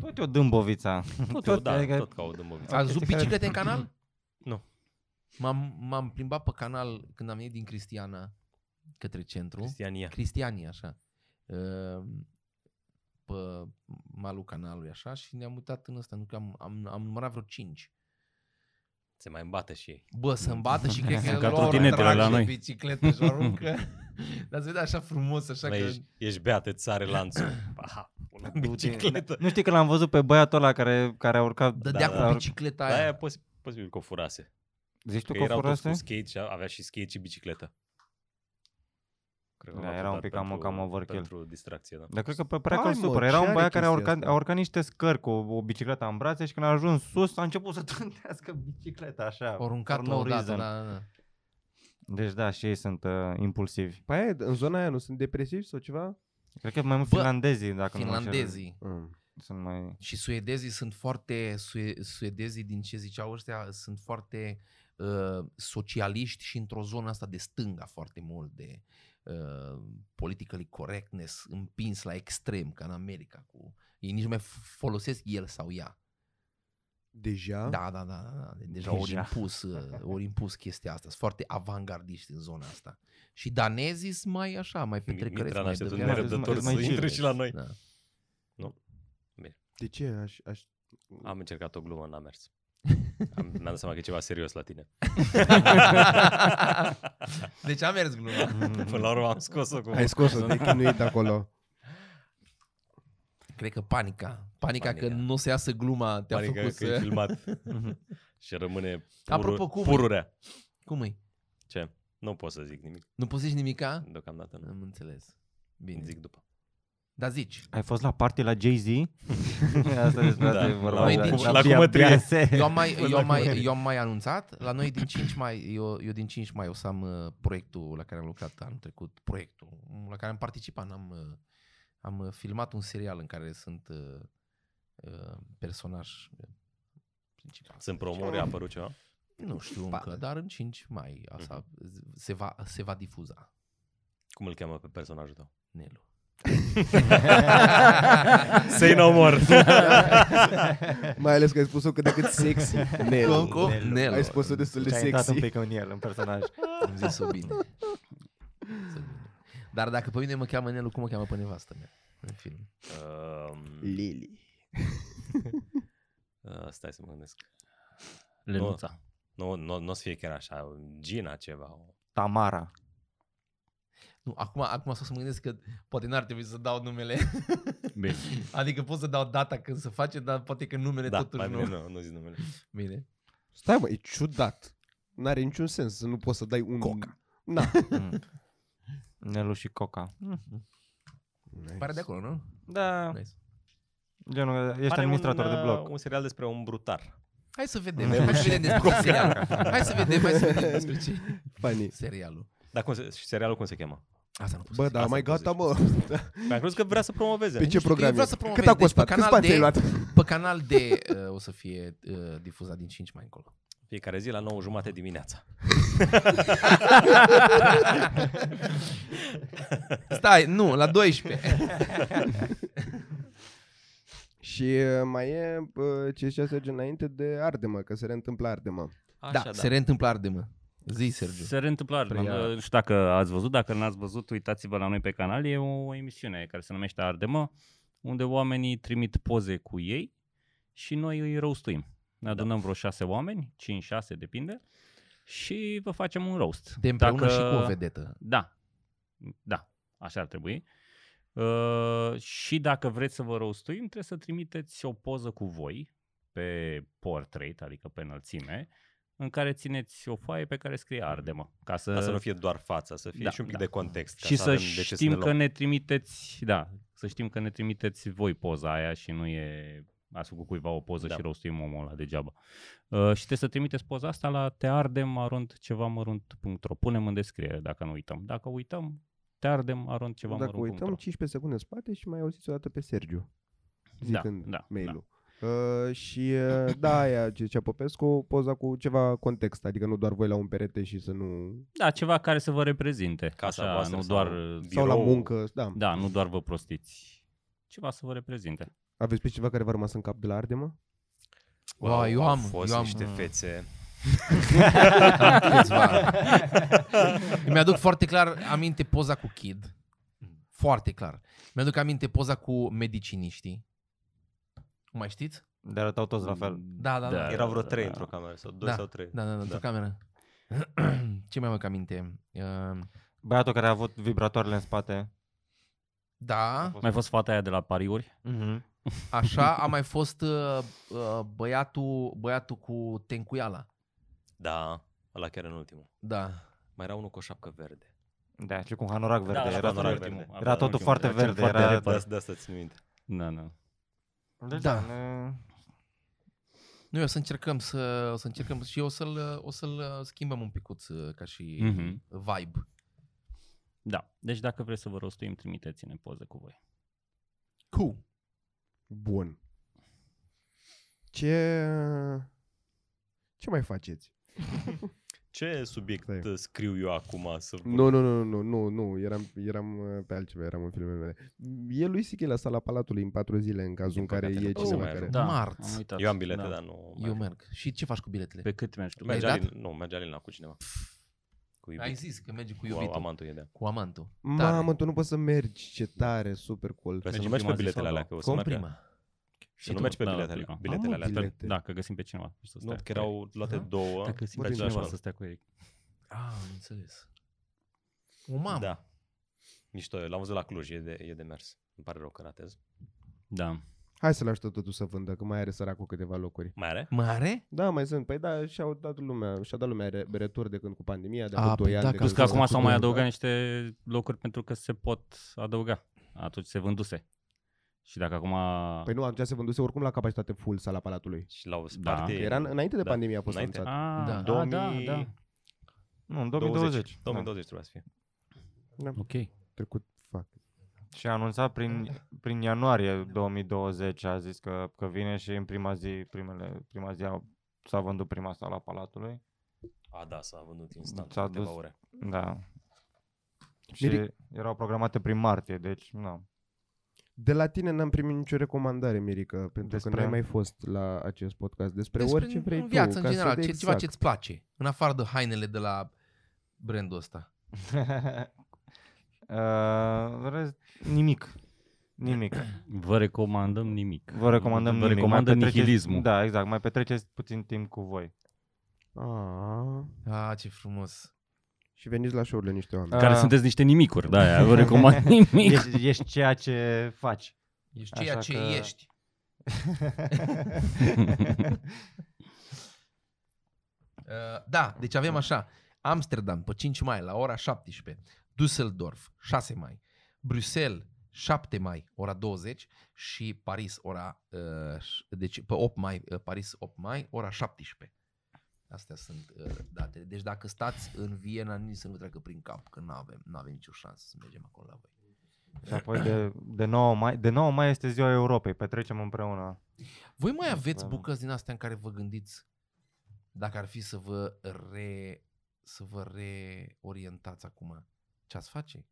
tot e o dâmbovița.
Tot, tot, da,
adică-
tot ca o dâmboviță.
Ați văzut
chestii care-
biciclete în canal?
[clears throat] Nu.
M-am, m-am plimbat pe canal când am venit din Cristiana către centru.
Cristiania.
Cristianii, așa. Uh, pe malul canalului, așa, și ne-am uitat în ăsta. Nu că am, am, am numărat vreo 5.
Se mai îmbată și ei.
Bă, să îmbată și cred că
Sunt Da. ca
lor
trotinetele
trag
la
și
noi.
bicicletă și o aruncă. [laughs] Dar se vede așa frumos, așa
La
că...
ești, ești beat, îți sare
[coughs]
lanțul. Aha, pun în bicicletă.
Nu știi că l-am văzut pe băiatul ăla care, care a urcat...
Dădea
Da,
cu
da.
bicicleta
Da,
aia.
aia posi- posibil că o furase.
Zici tu
Că
că
erau toți
furase?
cu skate și avea și skate și bicicletă. Cred
Da,
l-a
era un
dat
pic cam-
pentru-
cam overkill.
Pentru distracție, da.
Dar cred că pe Preacol
Hai, mă,
Super
ce
era un
are
băiat care a
chestia
urcat,
asta?
a urcat niște scări cu o, o bicicletă în brațe și când a ajuns sus a început să [laughs] trântească bicicleta așa.
O aruncat
for no
o dată,
reason.
da, da, da.
Deci da, și ei sunt uh, impulsivi.
Păi aia, în zona aia nu sunt depresivi sau ceva?
Cred că mai mult
Bă,
finlandezii, dacă nu mă înșel,
Finlandezii
Mm.
sunt mai...
și suedezii sunt foarte, sue, suedezii din ce ziceau ăștia, sunt foarte uh, socialiști și într-o zonă asta de stânga foarte mult, de uh, politically correctness împins la extrem, ca în America. Cu... Ei nici nu mai f- folosesc el sau ea.
Deja?
Da, da, da, da, da. De- Deja,
Deja.
ori impus, uh, ori impus chestia asta. Sunt foarte avangardiști în zona asta. Și danezii sunt mai așa, mai petrecăreți.
Mitra în
mai
așteptul
devreme.
nerăbdător
Mai- mai
să intre
chill.
și la noi.
Da.
De ce? Aș, aș...
Am încercat o glumă, n-a mers.
[laughs]
Am, mi-am dat seama că e ceva serios la tine.
[laughs] deci a mers gluma.
[laughs] Până la urmă am scos-o cu...
Ai scos-o, te chinuit de acolo.
[laughs]
Cred că panica. Panica,
Panica.
că nu o să iasă gluma te-a
Pare că,
făcut
că e
să... Mhm.
filmat [laughs] și rămâne purul,
Apropo, cum e?
pururea.
Cum e?
Ce? Nu pot să zic nimic,
Nu poți zici nimica?
deocamdată nu.
Am înțeles. Bine.
Zic după.
Dar zici.
Ai fost la party la
[laughs]
Jay-Z? asta despre asta
Da,
e
la-
vorba.
Noi
da.
din-
La
la
Bia-
cumătrie.
[laughs]
Biase.
Eu am
[laughs]
mai, eu
Dacă
am mai, eu am mai anunțat, la noi din 5 mai, eu, eu din 5 mai o să am uh, proiectul la care am lucrat anul trecut, proiectul Mm, la care am participat, am, uh, am uh, filmat un serial în care sunt uh, uh, personaj uh, principal.
Sunt promori, a apărut ceva?
Nu știu încă, dar în 5 mai asta se, va, se va difuza,
Cum îl cheamă pe personajul
[laughs]
tău?
Nelu.
Say no more!
Mai ales că ai spus-o cât de cât sexy. Nelu.
Cum, cum? Nelu.
Ai spus-o destul de
Și-a Deci intrat
sexy.
un pic în el, în personaj.
Am zis-o bine. Zis-o bine. Dar dacă pe mine mă cheamă Nelu, cum mă cheamă pe nevastă mea? În film.
Um,
Lily.
[laughs] uh, stai să mă gândesc.
Lenuța.
Nu, nu, nu o să fie chiar așa, Gina ceva. o-
Tamara.
Nu, acum, acum stau să mă gândesc că poate n-ar trebui să dau numele.
Bine.
[laughs] Adică pot să dau data când se face, dar poate că numele
Da,
totuși
mai bine
nu.
nu, nu zic numele.
Bine.
Stai mă, e ciudat. N-are niciun sens să nu poți să dai un...
Coca.
Na.
Mm. Nelu și Coca.
Pare de acolo, nu?
Da,
Nice.
Genul, ești
Pare
administrator
un,
de
uh,
blog.
Un serial despre un brutar.
Hai să vedem. Hai să vedem despre serial. Hai să vedem, hai să vedem despre ce e
Funny.
serialul.
Dar cum se, și serialul cum se
[laughs]
cheamă?
Asta nu pot
Bă,
să
dar
Asta
mai
vreau
gata,
să
mă.
Am crezut că vrea să promoveze.
Pe ce
știu, eu
program
vreau
e?
să promovez.
Cât a
Deci,
costat?
pe
Câți
canal
bani ți-ai
de-
luat?
zic. Pe canal de uh, o să fie uh, difuzat din 5 mai încolo.
Fiecare zi la 9 jumate dimineața.
Stai, nu, la
[laughs]
12.
Și uh, mai e uh, ce se merge înainte de Ardemă, că se reîntâmplă Ardemă.
da, se reîntâmplă ardemă. Zi, Sergiu.
Se reîntâmplă Ardem.
Preia-
Nu știu dacă ați văzut, dacă n-ați văzut, uitați-vă la noi pe canal. E o emisiune care se numește Ardemă, unde oamenii trimit poze cu ei și noi îi roastuim. Ne adunăm
Da.
vreo șase oameni, cinci, șase, depinde, și vă facem un roast.
De împreună și cu o vedetă.
Da. Da. Așa ar trebui. Uh, și dacă vreți să vă rostuim, trebuie să trimiteți o poză cu voi pe portrait, adică pe înălțime, în care țineți o foaie pe care scrie ardemă. Ca să,
Ca să nu fie doar fața, să fie
Da,
și un pic
da.
de context. ca
și să
avem de ce
știm
ne
că
luăm.
ne trimiteți, da, să știm că ne trimiteți voi poza aia și nu e ați făcut cuiva o poză
Da.
da. și rostuim omul ăla degeaba. Uh, și trebuie să trimiteți poza asta la teardemarontcevamărunt.ro. Punem în descriere dacă nu uităm. Dacă uităm, teardemarontcevamărunt.ro.
Dacă uităm, 15 secunde în spate și mai auziți o dată pe Sergiu. Zicând
da,
mail-ul. Uh, și uh, da, aia ce zicea Popescu, poza cu ceva context, adică nu doar voi la un perete și să nu...
Da, ceva care să vă reprezinte.
Casa
Așa,
voastră
nu
sau
doar,
Sau la
Birou.
muncă, da.
da, nu doar vă prostiți. Ceva să vă reprezinte.
Aveți pe ceva care v-a rămas în cap de la Ardemă?
Wow, eu
au
am,
fost
eu am,
niște
uh,
fețe.
Am
[laughs]
câțiva. Îmi aduc foarte clar aminte poza cu Kid. Foarte clar. Mi-aduc aminte poza cu mediciniștii. Mai știți?
De arătau toți la fel.
Da, da, da.
Da.
Erau vreo trei într-o cameră, sau doi
Da,
sau trei.
Da, da, da, într-o cameră. [clears throat] Ce mai mă aminte? Uh,
Băiatul care a avut vibratoarele în spate.
da,
Mai fost fata aia de la pariuri?
Mm-hmm.
așa a mai fost uh, uh, băiatul, băiatul cu tencuiala.
Da, ăla chiar în ultimul.
Da.
Mai era unul cu o șapcă verde.
Da, și cu un hanorac verde.
da,
era
era
hanorac
tot,
verde.
ultimul.
era totul
ultimul.
foarte
Era cel
verde,
foarte
era-
repede.
De asta, de asta țin minte.
Da, da.
Deci,
Da.
ne-
Noi o să încercăm să, o să încercăm și o să-l, o să-l schimbăm un picuț uh, ca și
Mhm.
vibe.
Da. Deci dacă vreți să vă rostuim, trimiteți-ne poze cu voi.
Cool.
Bun. Ce... Ce mai faceți?
Ce subiect
Stai.
uh, scriu eu acum să
Nu, nu, nu, nu, nu, nu, eram, eram uh, pe altceva, eram în filmele mele. E lui Sichi la sala Palatului în patru zile, în cazul
Din
în care
păcate
e
nu pot să
cineva
mai
care...
Da. Marți.
am uitat.
Eu am bilete,
da.
dar nu
Eu merg. Și ce faci cu biletele?
Pe cât mergi tu?
Merge-
Merge
dat?
Alin, nu, merge Alin la cu cineva. Cu
Ai
iubit.
zis că mergi cu
Cu
iubitul. Cu, amant.
amantul e de
cu amantul. Da, Tare.
Mamă, tu nu poți să mergi, ce tare, super cool.
Vrei să
Mergi
nu
în
mergi pe
prima zi
biletele
sau
alea,
nu?
că o să
Cum
meargă.
prima?
Să nu mergi pe
Da,
biletele,
prima.
biletele
Am
alea.
bilet. Bilete.
Dacă găsim pe cineva. Să
Nu,
stea
că
cu el.
erau luate
Aha.
două.
Dacă găsim
pe
Vorbim
pe cineva
același
să stea cu Eric.
Ah, am înțeles. O mamă. Da.
Da. Mișto, eu l-am văzut la Cluj, e de, e de mers. Îmi pare rău că ratez.
Da.
Hai să-l ajutăm totul să vândă, că mai are săracul câteva locuri.
Mai are?
Mare?
Da, mai sunt. Păi da, și-au dat lumea, și-a dat lumea re- retur de când cu pandemia, de
A,
acum
păi
2 ani.
da,
de
că-
când
Plus că
s-a
acum
făcut
s-au mai
un-
adăugat niște locuri pentru că se pot adăuga. Atunci se vânduse. Și dacă acum...
Păi nu, atunci se vânduse oricum la capacitate full sala Palatului.
Și l-au
Da.
spart.
Că
Că era în- înainte de
da.
pandemie a fost
Înainte.
anunțat.
Ah,
Da.
Da,
da, da,
2000
da.
Nu, în Da. 2020. 2020.
2020 trebuie să fie.
Da.
Ok.
Trecut, fac.
Da. Și a anunțat prin, prin ianuarie 2020, a zis că, că vine și în prima zi, primele, prima zi a, s-a vândut prima sala Palatului.
A, da, s-a vândut instant.
S-a
S-a câteva
dus.
ore.
Da. Și
Miric-
erau programate prin martie, deci nu.
De la tine n-am primit nicio recomandare, Mirica, pentru
Despre-
că n-ai mai fost la acest podcast. Despre,
Despre
orice vrei
în viață,
tu.
în
ca să
general,
dea
ce, ceva
exact.
ce-ți place. În afară de hainele de la brandul ăsta.
[laughs] uh, rest, nimic. Nimic.
Vă recomandăm nimic.
Vă recomandăm
Vă
nimic.
recomandă
mai petreceți-
nihilismul.
Da, exact. Mai petreceți puțin timp cu voi.
Aaaa.
Ah, ce frumos.
Și veniți la show-urile niște oameni.
Care
Ah.
sunteți niște nimicuri, da, aia. Vă recomand nimic.
Ești, ești ceea ce faci.
Ești ceea
Așa
ce
că-
ești. Uh, da, deci avem așa. Amsterdam pe 5 mai la ora 17. Düsseldorf 6 mai. Bruxelles 7 mai, ora 20 și Paris, ora, uh, ș- deci pe 8 mai, uh, Paris 8 mai, ora 17. Astea sunt uh, datele. Deci dacă stați în Viena, nici să nu vă treacă prin cap, că nu avem, nu avem nicio șansă să mergem acolo la voi.
Și apoi de, de, 9 mai, de 9 mai este ziua Europei, petrecem împreună.
Voi mai
Da,
aveți
da.
bucăți din astea în care vă gândiți dacă ar fi să vă re, să vă reorientați acum? Ce ați face?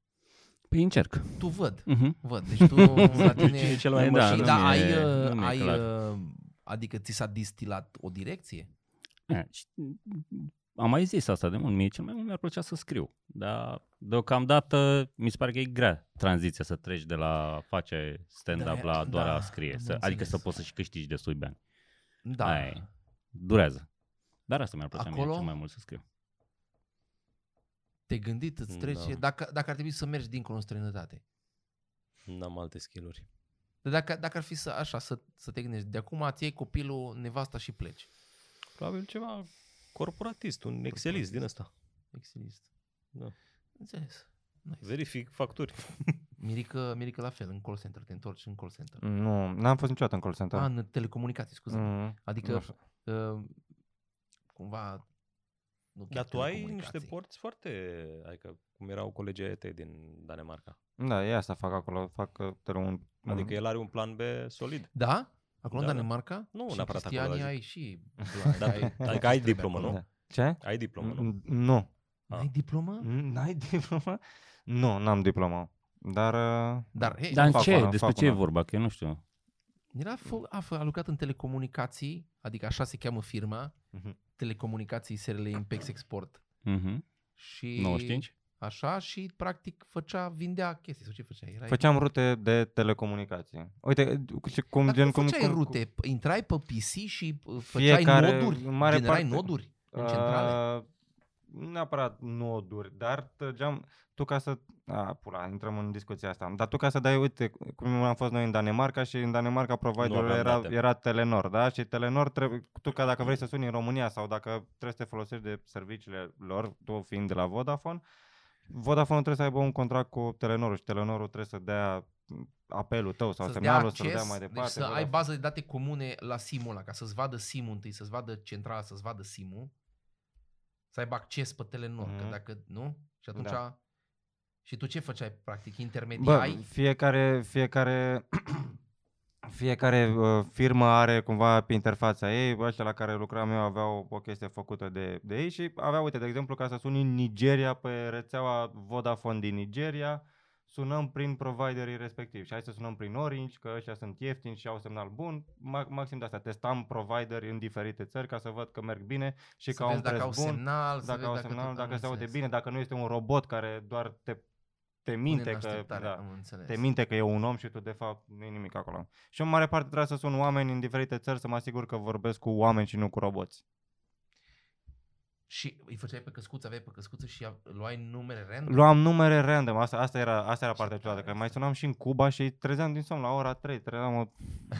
Păi încerc.
Tu văd,
Mhm.
văd. Deci [laughs]
[laughs]
tu la
Cine e
tine...
cel mai da,
și,
nu
da,
mi-e-
ai,
nu
uh,
mi-e
ai,
clar.
uh, adică ți s-a distilat o direcție?
Eh, și- mm, Am mai zis asta de mult, mie cel mai mult mi-ar plăcea să scriu, dar deocamdată mi se pare că e grea tranziția să treci de la a face stand-up
Da,
la doar
da,
a scrie,
am
să, adică să
înțeles.
poți să și câștigi de sub bani.
Da.
Aia e. Durează. Dar asta mi-ar plăcea mie
Acolo?
cel mai mult să scriu.
Te-ai gândit,
Mm,
îți
Da.
trece, dacă, dacă ar trebui să mergi dincolo în străinătate.
N-am alte skill-uri.
Dar Dacă, dacă ar fi să, așa, să, să te gândești, de acum îți iei copilul, nevasta și pleci.
Probabil ceva corporatist, un excelist din ăsta.
Exilist.
Da.
Înțeles. Nice.
Verific facturi.
Mirică, Mirică la fel, în call center, te întorci în call
Mm,
center.
Nu, n-am fost niciodată în call center.
Da. Ah, în telecomunicații, scuze. Mm.
Mm,
Adică,
nu știu.
Uh, cumva... Nu chiar
Dar tu ai niște
telecomunicații.
porți foarte... Adică cum erau colegii ai tăi din Danemarca.
Da, e asta fac acolo, fac uh, tele- un...
Adică
un-
el are un plan B solid.
Da? Acolo
Da, da.
da, în Danemarca?
Nu
și
neapărat acolo,
Cristiani
dar zic.
ai și...
[laughs] Da, tu- ai
tot ce
ai
trebuie
diplomă,
acolo.
nu? Ah.
Da. Ce?
Ai diplomă, nu?
Mm, Nu.
Ai diplomă?
Mm, N-ai [laughs] diplomă? Nu, n-am diplomă. Dar... uh,
Dar, hei,
Dar în
fac
ce?
una,
Despre
fac
ce e
una.
vorba? Că eu nu știu.
el a, f- a, f- a lucrat în telecomunicații, adică așa se cheamă firma,
Mhm.
Telecomunicații SRL Impex Export.
Mhm.
Și
95?
Așa și practic făcea, vindea chestii sau ce făcea? Era
Făceam rute de telecomunicații. Uite, și cum
Dar
gen...
cum făceai
cum,
rute? P- Intrai pe PC și uh, făceai
Fiecare-
noduri?
în mare
generai
parte-
noduri în centrale?
Uh, nu neapărat noduri, dar trăgeam, tu ca să, a, pula, intrăm în discuția asta, dar tu ca să dai, uite, cum am fost noi în Danemarca și în Danemarca providerul
aveam
era,
date.
era Telenor, da? Și Telenor, trebuie, tu ca dacă vrei să suni în România sau dacă trebuie să te folosești de serviciile lor, tu fiind de la Vodafone, Vodafone trebuie să aibă un contract cu Telenorul și Telenorul trebuie să dea apelul tău sau
Să-ți
semnalul să-l dea mai
deci
departe.
să
da.
ai
Vodafone.
bază de date comune la simul ăla, ca să-ți vadă simul întâi, să-ți vadă centrala, să-ți vadă simul, să aibă acces pe Telenor, mm-hmm. că
Mhm.
dacă nu, și atunci...
Da.
Da. Și tu ce făceai, practic? Intermediai?
Bă,
Bă,
fiecare, fiecare, [clears throat] fiecare uh, firmă are cumva pe interfața ei, ăștia la care lucram eu aveau o chestie făcută de, de ei și aveau, uite, de exemplu, ca să suni în Nigeria pe rețeaua Vodafone din Nigeria, sunăm prin providerii respectivi și hai să sunăm prin Orange, că ăștia sunt ieftini și au semnal bun, Ma- maxim de asta, testam provideri în diferite țări ca să văd că merg bine și că
să
au un
vezi
preț
dacă au
bun
semnal, să
dacă
vezi
au semnal,
tot-
dacă
am
se aude
înțeles.
bine, dacă nu este un robot care doar te, te
Pune în
minte că,
așteptare,
da,
am înțeles.
te minte că e un om și tu de fapt nu e nimic acolo. Și în mare parte trebuie să sun oameni în diferite țări să mă asigur că vorbesc cu oameni și nu cu roboți.
Și îi făceai pe căscuță, aveai pe căscuță și ia- luai numere random?
Luam numere random, asta, asta era, asta era
Ce
partea
tare
ciudată, că
asta.
mai sunam și în Cuba și îi trezeam din somn la ora 3, trezeam o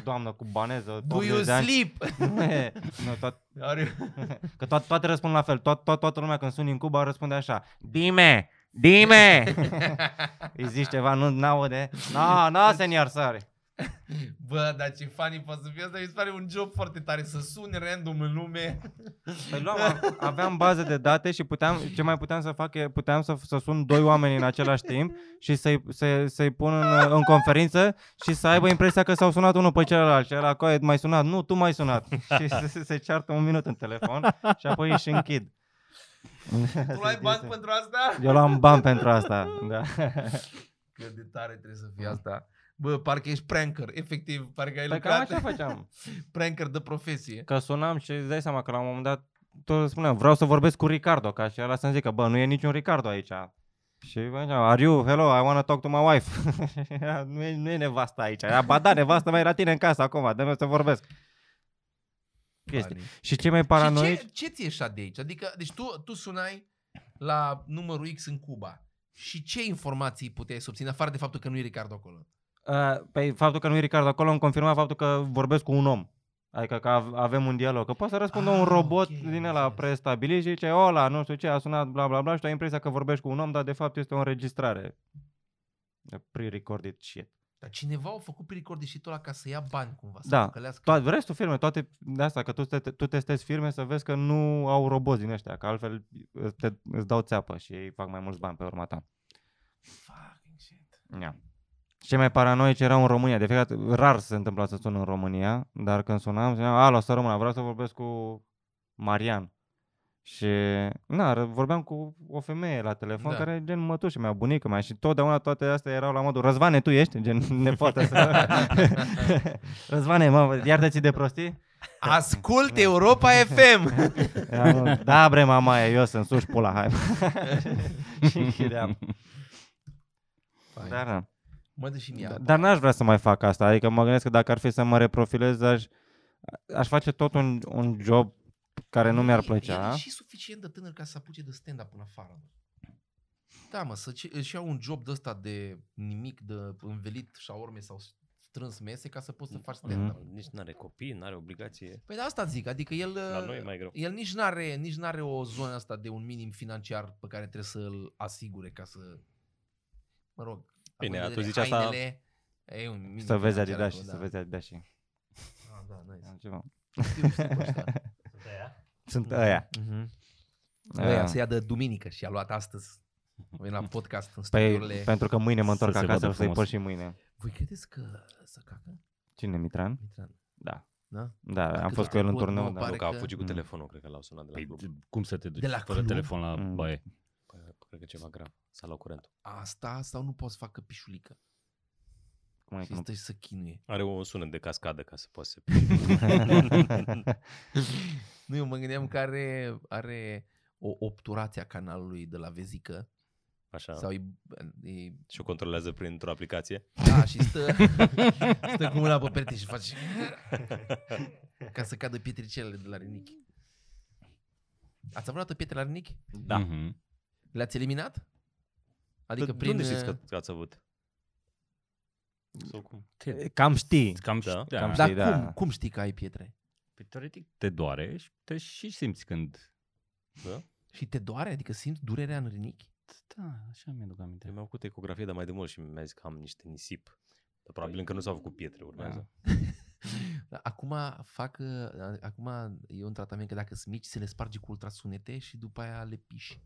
doamnă cubaneză,
Do you
80 de ani. [laughs] Eh,
sleep?
nu, toat,
Are-
[laughs] că toat, toate răspund la fel, toat, toat, toată lumea când suni în Cuba răspunde așa, dime, dime,
[laughs]
îi zici ceva, nu n-aude, no, no, senior, sorry. Mm.
Bă, dar ce funny poate să fie asta, mi se pare un job foarte tare, să suni random în
[laughs]
lume.
Păi luam, aveam bază de date și puteam, ce mai puteam să fac, e- puteam să, să sun doi oameni în același timp și să-i, să, să-i pun în, în conferință și să aibă impresia că s-au sunat unul pe celălalt și ăla, "Coi, mai sunat, nu, tu mai sunat. [laughs] Și se, se, se ceartă un minut în telefon și apoi își închid.
Tu luai bani pentru asta?
Eu luam bani pentru asta, da.
Cât de tare trebuie să fie asta. Bă, parcă ești pranker, efectiv, parcă ai
Păi cam
lucrat
așa făceam.
pranker de profesie.
Că sunam și îți dai seama că la un moment dat tot spuneam, vreau să vorbesc cu Ricardo, ca și ăla să-mi zică, bă, nu e niciun Ricardo aici. Și făceam, are you, hello, I wanna talk to my wife. [laughs] Era, nu, e, nu e nevasta aici. Era, ba da, nevasta mea era tine în casă acum, dă să vorbesc. Chestii.
Funny.
Și cei mai
Și
paranoici,
ce, ce ți ieșa de aici? Adică, deci tu, tu sunai la numărul X în Cuba. Și ce informații puteai să obține, afară de faptul că nu e Ricardo acolo?
uh, pe faptul că nu e Ricardo acolo, îmi confirma faptul că vorbesc cu un om. Adică că av- avem un dialog. Că poate să răspundă
Ah,
un robot
ok,
okay, din
am
ăla
înțeles.
prestabilit și zice, ola, nu știu ce, a sunat, bla, bla, bla, și tu ai impresia că vorbești cu un om, dar de fapt este o înregistrare. pre-recorded shit.
Dar cineva a făcut pre-record și tot ăla ca să ia bani cumva, să
Da.
păcălească.
Toate, restul firme, toate de asta, că tu, te, tu testezi firme să vezi că nu au roboți din ăștia, că altfel te, îți dau țeapă și ei fac mai mulți bani pe urma ta.
Fucking shit.
Ia. Cei mai paranoici erau în România. De fiecare dată- rar se întâmpla să sun în România, dar când sunam, spuneam, alo, stă română, vreau să vorbesc cu Marian. Și, na, r- vorbeam cu o femeie la
Da.
telefon da. care e gen mătușă mea, bunică mea și totdeauna toate astea erau la modul Răzvane, tu ești? Gen, [laughs] ne poate să... [laughs] Răzvane, mă, iartă-ți de prostii?
Ascult Europa
[laughs]
FM!
Era mult, da, bre, mama, eu sunt suși pula, hai. [laughs] și închideam. Dar, Da,
Fain.
na.
Mă dă și mie
Da,
apă.
Dar n-aș vrea să mai fac asta. Adică mă gândesc că dacă ar fi să mă reprofilez, aș, aș face tot un, un job care nu mi-ar
E- El
plăcea.
e și suficient de tânăr ca să apuce de stand-up până afară. Mă. Da, mă, să ce- își ia un job de ăsta de nimic, de învelit șaorme sau strâns mese ca să poți să faci stand-up.
Mhm.
Nici n-are copii, n-are obligație.
Păi de asta zic, adică el...
La noi e mai greu.
El nici n-are, nici n-are o zonă asta de un minim financiar pe care trebuie să-l asigure ca să... Mă rog, având
Bine,
în
tu
vedere
zici asta-
hainele, E un minim
Să vezi
financiar
Adidas și
acolo, da.
să vezi Adidas și
Ah, da, nice.
altceva.
Știu, știu pe
[laughs]
ăștia.
Sunt
Mhm.
ăia.
Aia
Ăia.
se ia de duminică și a luat astăzi. A venit la podcast în
Păi,
studiourile.
pentru că mâine mă întorc
Să se
acasă,
vadă
să-i
frumos.
păr și mâine.
Voi credeți că să cacă?
Cine, Mitran?
Mitran?
Da.
Da?
Da,
Dacă
am fost
tot
cu el în
tot
turneu.
nu
da.
apare-
Nu, că a
că-
fugit cu
Mm.
telefonul, cred că l-au sunat de la
[laughs] Păi,
club.
d- cum să te duci
De la
fără
club?
telefon la
Mm.
baie?
Păi, Cred că ceva grav. S-a luat curentul.
Asta sau nu poți să facă pișulică?
Cum ai
și
cum-
stai să chinuie.
Are un sunet de cascadă ca să poată [laughs] să...
Nu, eu mă gândeam că are, are o obturație a canalului de la vezică.
Așa.
Sau e, e,
Și o controlează printr-o aplicație.
da, și
[laughs]
stă, stă cu mâna pe perte și face ca să cadă pietricelele de la rinichi. Ați avut o pietre la rinichi?
Da.
Mhm.
Le-ați eliminat? Adică
De-
prin... uh,
De unde știți că, că ați avut? Sau cum?
Cam știi.
Cam,
Da.
da.
Cam
da.
Dar
știi, da.
cum, cum știi că ai pietre?
Păi, teoretic te doare și te și simți când...
Da?
Și te doare? Adică simți durerea în rinichi?
Da, așa mi-aduc aminte.
Eu mi-am făcut ecografie, dar mai de mult și mi-a zis că am niște nisip. Dar probabil încă nu s-au făcut pietre, urmează.
Dar Acum fac... uh, Acum e un tratament că dacă sunt mici, se le sparge cu ultrasunete și după aia le piși.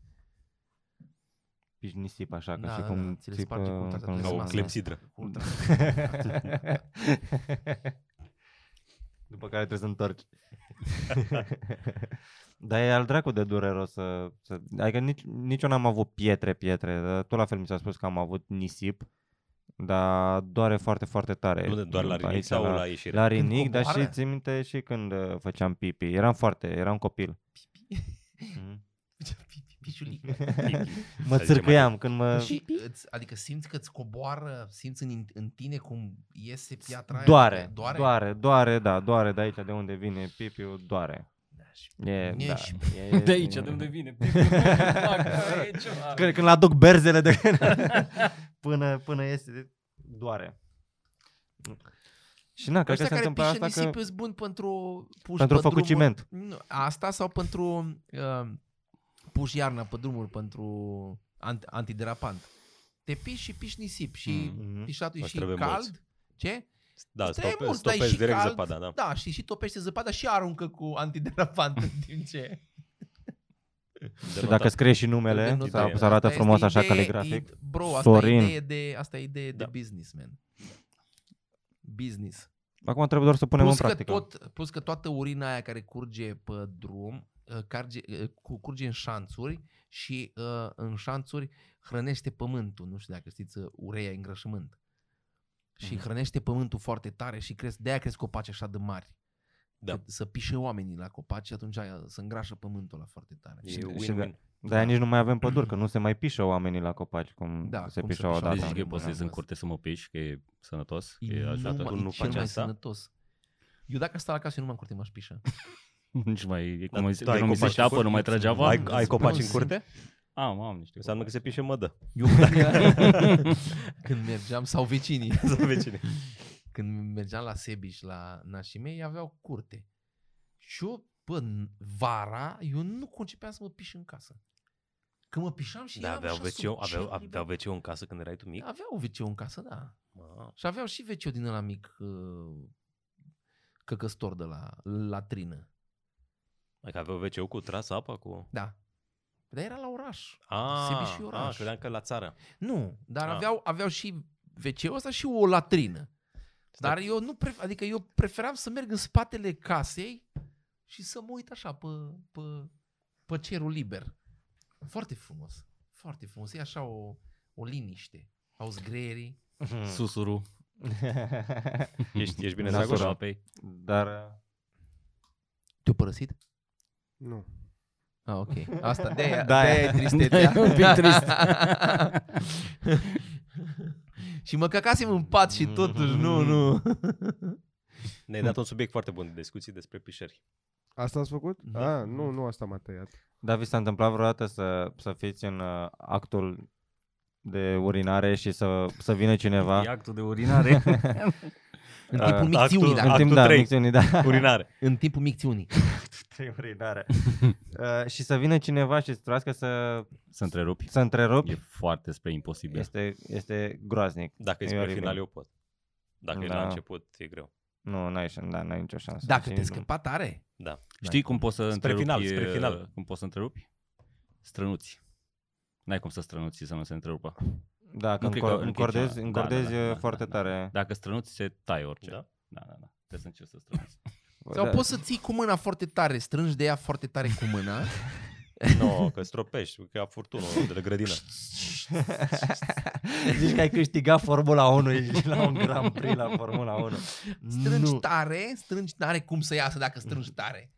Ești nisip așa,
Da,
ca și
da, da,
cum...
ți le sparge cu toate
Ca
Urmează.
o
Urmează.
clepsidră.
Cu ultrasunete.
[laughs] După care trebuie să întorci. [laughs] Dar e al dracu de dureros să... să adică nici, nici eu n-am avut pietre, pietre. dar Tot la fel mi s-a spus că am avut nisip, dar doare foarte, foarte tare.
Unde? Doar la
Da. Aici,
rinic sau la ieșire?
La rinic, dar
coboară?
și țin minte și când uh, făceam pipi. Eram foarte, eram copil. Mhm. [laughs]
Pișulică.
mă
Să zicem adică-
țârcâiam când mă...
Și îți, adică simți că îți coboară, simți în, în tine cum iese piatra aia?
Doare,
Că
doare, doare, doare, da, doare de aici de unde vine pipiul, doare.
Da, și-
E,
E
da,
și-
e,
[laughs] De aici, de unde vine?
[laughs]
Dacă da, e ceva.
Când, când [laughs] le aduc berzele de până, până este doare. Și na, cred că
Ăștia
se întâmplă
care pișă
asta că...
nisip sunt buni pentru puși
Pentru
pe drumuri.
făcuciment.
Nu, asta sau pentru uh, puși iarna pe drumuri pentru ant- antiderapant. Te piși și piși nisip și
Mhm.
pișatul e
Îți
și
trebuie
cald.
mulți.
Ce?
Da,
Îți trebuie
stope,
mulți, dar e
stopezi
și
direct
cald.
zăpada, da.
Da, și și topește zăpada și aruncă cu antiderapant în timp
[laughs]
ce...
Și
Da.
dacă scrie și numele,
Denotat.
s-a-
Ideea.
se arată
Asta
frumos
este
așa
idee-
caligrafic.
i- Bro, asta Sorin.
Sorin.
e idee de, asta e idee da.
Da.
de business, man. Business.
Acum trebuie doar să punem în
plus, că
practică.
tot, plus că toată urina aia care curge pe drum, uh, carge, uh, cu- curge în șanțuri și uh, în șanțuri hrănește pământul. Nu știu dacă știți, uh, ureia e îngrășământ. Și
Mhm.
hrănește pământul foarte tare și cresc, de-aia cresc copaci așa de mari.
Da.
Că Să pișe oamenii la copaci și atunci aia se îngrașă pământul la foarte tare.
E
Și- și
win-win.
Dar nici nu mai avem păduri, că nu se mai pișă oamenii la copaci cum
Da,
se
cum se pișau.
pișau
Deci
odată.
zici
da,
că eu
mă,
pot să ies
da,
în
mă.
curte să mă piși, că e sănătos, că
E
e
nu,
ajută.
mă,
tu
nu
nu
e cel
faci
mai
asta?
sănătos. Eu dacă stau la casă, eu nu mai curte m-aș pișa.
[laughs] Nici mai
Da, tu ai
economisești, nu mi se
copaci
și
în
apă,
curte?
nu mai trage apa.
Ai, ai copaci în
Sunt-
curte?
[laughs] Am, am niște
Înseamnă că se pișe mădă. [laughs]
Eu când, [laughs] când mergeam, sau vecinii,
Sau vecine.
când mergeam la Sebi și la nașii mei, aveau curte. Și eu, bă, n- vara, eu nu concepeam să mă piș în casă. Că mă pișam și
Da,
eram
aveau
așa
wc aveau,
subțiri, bă.
aveau wc în casă când erai tu mic?
Aveau wc în casă, da.
Mamă.
Și aveau și wc din ăla mic uh, căcăstor de la latrină.
Adică aveau wc cu tras apa cu...
Da. Dar era la oraș.
A,
Sibiu și
a,
oraș.
ah, credeam că la țară.
Nu, dar
Ah.
aveau, aveau și wc ăsta și o latrină. Dar
Stai.
eu nu pref- adică eu preferam să merg în spatele casei și să mă uit așa pe, pe, pe cerul liber. Foarte frumos. Foarte frumos. E așa o, o liniște. Auzi greierii.
Mhm.
Susuru.
[laughs] Ești, ești bine,
nasul
Dragoș?
apei.
[laughs] Dar uh,
Te-au părăsit?
Nu.
Ah, ok. Asta, de-aia,
Da,
de-aia e tristețea.
e un pic
[laughs]
trist.
și mă căcasem în pat și totuși, nu, nu.
Ne-ai dat un subiect foarte bun de discuții despre pișări.
Asta ați făcut?
Da.
Ah, nu, nu asta m-a tăiat.
Dar vi s-a întâmplat vreodată să, să fiți în uh, actul de urinare și să, să vină cineva? Uh,
E actul de urinare.
[laughs]
În
Da,
timpul
da,
micțiunii,
actul-
da.
în timp,
actul
da,
trei.
mixunii,
[laughs]
da.
Urinare.
[laughs] În timpul micțiunii.
Trei urinare. uh, și să vină cineva și să trească să,
[laughs] Să întrerupi.
să
E
întrerupi.
foarte spre imposibil.
Este, este groaznic.
Dacă e spre
oribil.
final, eu pot. Dacă e la
Da.
început, e greu. [laughs]
Nu, n-ai, șan- da, n-ai nicio șansă.
Dacă
Și
te scăpa tare.
Știi cum poți să
Spre
întrerupi?
final, spre
uh,
final.
Cum poți să întrerupi? Strănuți. N-ai cum să strănuți și să nu se întrerupă.
Da, când
cred că-
înco-
nu cred
încordezi,
că- da,
încordezi
da, da, da,
foarte
da, da.
tare.
Dacă strănuți, se taie orice.
Da?
Da, da, da. Trebuie să încerci să strănuți.
Da.
Sau
[laughs]
poți să ții cu mâna foarte tare, strângi de ea foarte tare cu mâna.
Nu, no, că stropești, că a furtunul de la grădină.
Zici că ai câștigat Formula 1, ești la un Grand Prix la Formula 1.
Strângi
Nu.
tare, strângi tare, cum să iasă dacă strângi tare.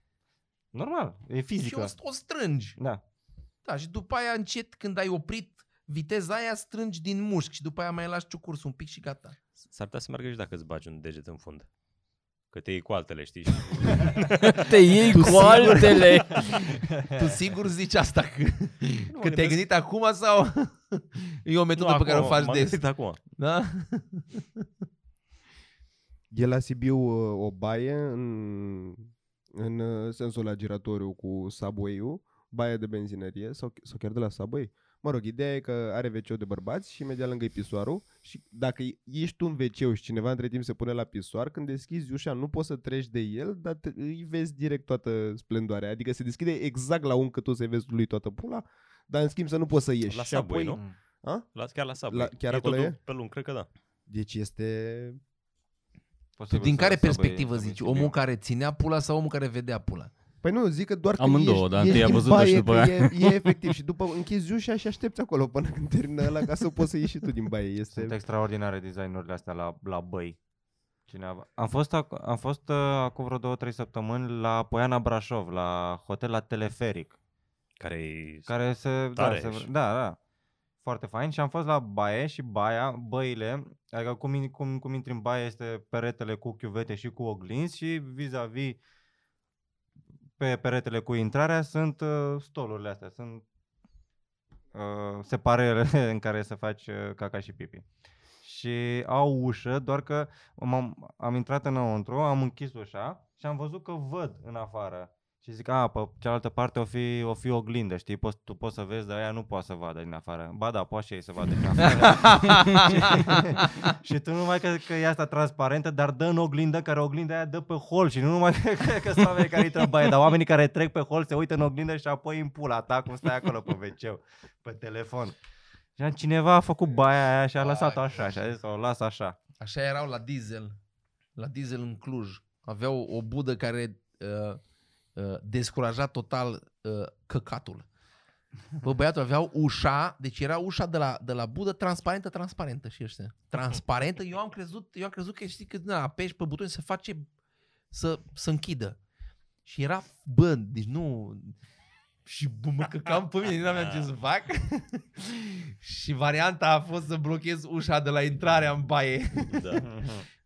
Normal, e
Și o,
fizică.
o strângi.
Da.
Da, și după aia încet, când ai oprit viteza aia, strângi din mușchi și după aia mai lași ciucurs un pic și gata.
S-ar putea să meargă și dacă îți bagi un deget în fund. Că te iei cu altele, știi? și-
Te iei cu altele!
[laughs] Tu sigur zici asta că, nu, că
gândesc-
te-ai gândit acum sau [laughs] e o metodă pe care o faci
m-am
des?
gândit acum.
Da?
E la Sibiu uh, o baie în, în uh, sensul la giratoriu cu subway baie de benzinărie sau, sau chiar de la subway. Mă rog, ideea e că are wc de bărbați și imediat lângă pisoarul și dacă ești tu în wc și cineva între timp se pune la pisoar, când deschizi ușa nu poți să treci de el, dar te, îi vezi direct toată splendoarea. Adică se deschide exact la un cât tu să-i vezi lui toată pula, dar în schimb să nu poți să ieși.
La
Și
Subway,
apoi-
nu?
A?
La, chiar la Subway.
La- chiar acolo
totul
e?
Pe lung, cred că da.
Deci este
Tu
Posibil
din
să-
care
să băie-
perspectivă
să băie
zici?
Sibiu.
Omul care ținea pula sau omul care vedea pula?
Păi nu, zic că doar
Amândouă,
când
dar
ești,
întâi a
ești
văzut-o și
în
după
baie,
aia.
că e, e efectiv și după închizi ușa și aștepți acolo până când termină ăla ca să poți să ieși și tu din baie.
Sunt
Este... Păi
extraordinare designurile astea la, la băi. Cineva. Am fost, ac- am fost uh, acum vreo două, trei săptămâni la Poiana Brașov, la hotel la Teleferic.
Care e...
Care se... Da,
Tare
se,
și-
da, da. Foarte fain. Și am fost la baie și baia, băile, adică cum, in- cum, cum intri în baie este peretele cu chiuvete și cu oglinzi și vis-a-vis pe peretele cu intrarea sunt uh, stolurile astea, sunt uh, separele [laughs] în care să faci uh, caca și pipi. Și au ușă, doar că am, am intrat înăuntru, am închis ușa și am văzut că văd în afară. Și zic, a, pe cealaltă parte o fi, o fi oglindă, știi, poți, tu poți să vezi, dar ea nu poate să vadă din afară. Ba da, poate și ei să vadă din
[laughs]
afară. și tu numai că, că e asta transparentă, dar dă în oglindă, care oglinda aia dă pe hol și nu numai că, că, că sunt oameni care intră în baie, dar oamenii care trec pe hol se uită în oglindă și apoi în pula ta, cum stai acolo pe wc pe telefon. Și am- cineva a făcut baia aia și a lăsat-o așa și a zis, o las așa.
Așa erau la diesel. La diesel în Cluj. Aveau o budă care uh, uh, descuraja total uh, căcatul. Bă, băiatul, aveau ușa, deci era ușa de la, de la budă transparentă, transparentă și ăștia. Transparentă, eu am crezut, eu am crezut că știi că na, apeși pe buton să face, să, să închidă. Și era, bă, deci nu, și bă, mă căcam pe mine, n-am mea ce să fac. [laughs] și varianta a fost să blochez ușa de la intrarea în baie.
[laughs] Da.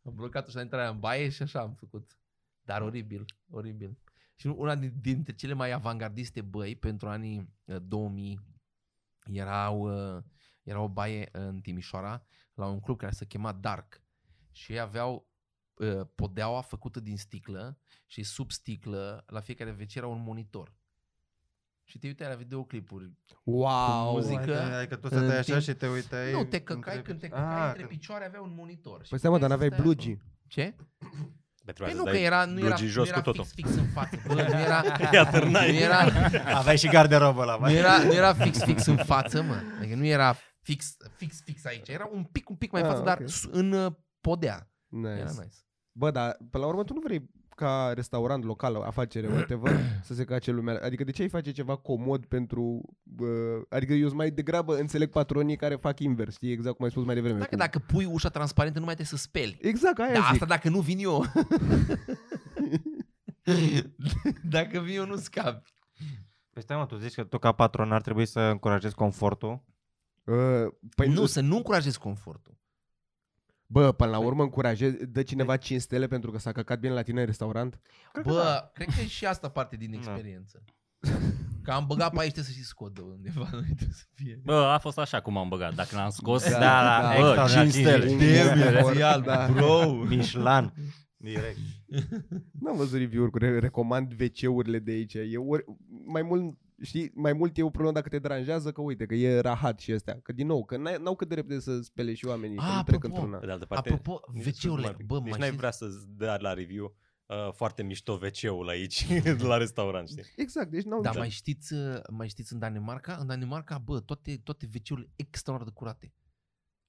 Am blocat ușa de intrare în baie și așa am făcut.
Da.
Dar oribil, oribil. Și una din- dintre cele mai avangardiste băi pentru anii uh, 2000 erau, uh, era o baie în Timișoara la un club care se chema Dark. Și ei aveau uh, podeaua făcută din sticlă și sub sticlă la fiecare veci era un monitor. și te uitai la videoclipuri.
Wow!
muzică.
Adică, adică tu stăteai
în
așa
timp-
și te uitai...
nu, te căcai
între-
când te
Ah,
căcai între
când-
picioare, avea un monitor. și
Păi seama, dar
puteai
n-aveai
să stai acolo.
blugi.
Ce?
Dar trebuia să
Păi nu, că
dai
era, nu era,
blugii jos
nu
cu
era
totul.
fix, fix în față. Bă, nu
[laughs]
era,
Ia
nu
târnai.
era,
[laughs] Aveai și garderobă la
nu era, nu era fix, fix în față, mă. Adică nu era fix, fix, fix aici. Era un pic, un pic mai în
Ah,
față, dar
ok.
su- în uh, podea. Era
Nice.
nice.
Bă, dar pe la urmă tu nu vrei ca restaurant local, afacere, whatever, să se cace lumea. Adică de ce ai face ceva comod pentru... Uh, adică eu sunt mai degrabă înțeleg patronii care fac invers, știi exact cum ai spus mai devreme.
Dacă,
Cum-
dacă pui ușa transparentă, nu mai trebuie să speli.
Exact, aia
Da,
zic.
asta dacă nu vin
[laughs]
eu. [laughs] dacă vin eu, nu scap.
Păi stai mă, tu zici că tu ca patron ar trebui să încurajezi confortul?
Uh,
Păi
păi
nu, să nu încurajezi confortul.
Bă, până la urmă încurajezi, dă cineva
Păi-
5 stele pentru că s-a căcat bine la tine în restaurant?
Cred că
Bă,
da.
cred că e și asta parte din
Da.
experiență. Că am băgat pe aici, trebuie să și scot de undeva. Noi trebuie să fie.
Bă, a fost așa cum am băgat. Dacă l-am scos,
Da, da,
bă,
extraordinar,
5 stele.
cinci
Demnitorial, da.
Bro! Michelin. Direct.
N-am văzut review-uri cu re- recomand WC-urile de aici. E ori, mai mult, știi, mai mult e o problemă dacă te deranjează că uite, că e rahat și astea. Că din nou, că n-ai- n-au cât de repede să spele și oamenii, că
Ah,
nu trec
apropo.
într-una.
[laughs] Pe de altă parte,
Apropo,
nici
WC-urile,
nu mai-
bă,
deci
mai
n-ai
știți-
vrea să-ți dea la review uh, foarte mișto WC-ul aici, [laughs] de la restaurant, știi?
Exact, deci n-au
Dar
da,
mai știți, uh, mai știți în Danemarca? În Danemarca, bă, toate, toate WC-urile extraordinar de curate.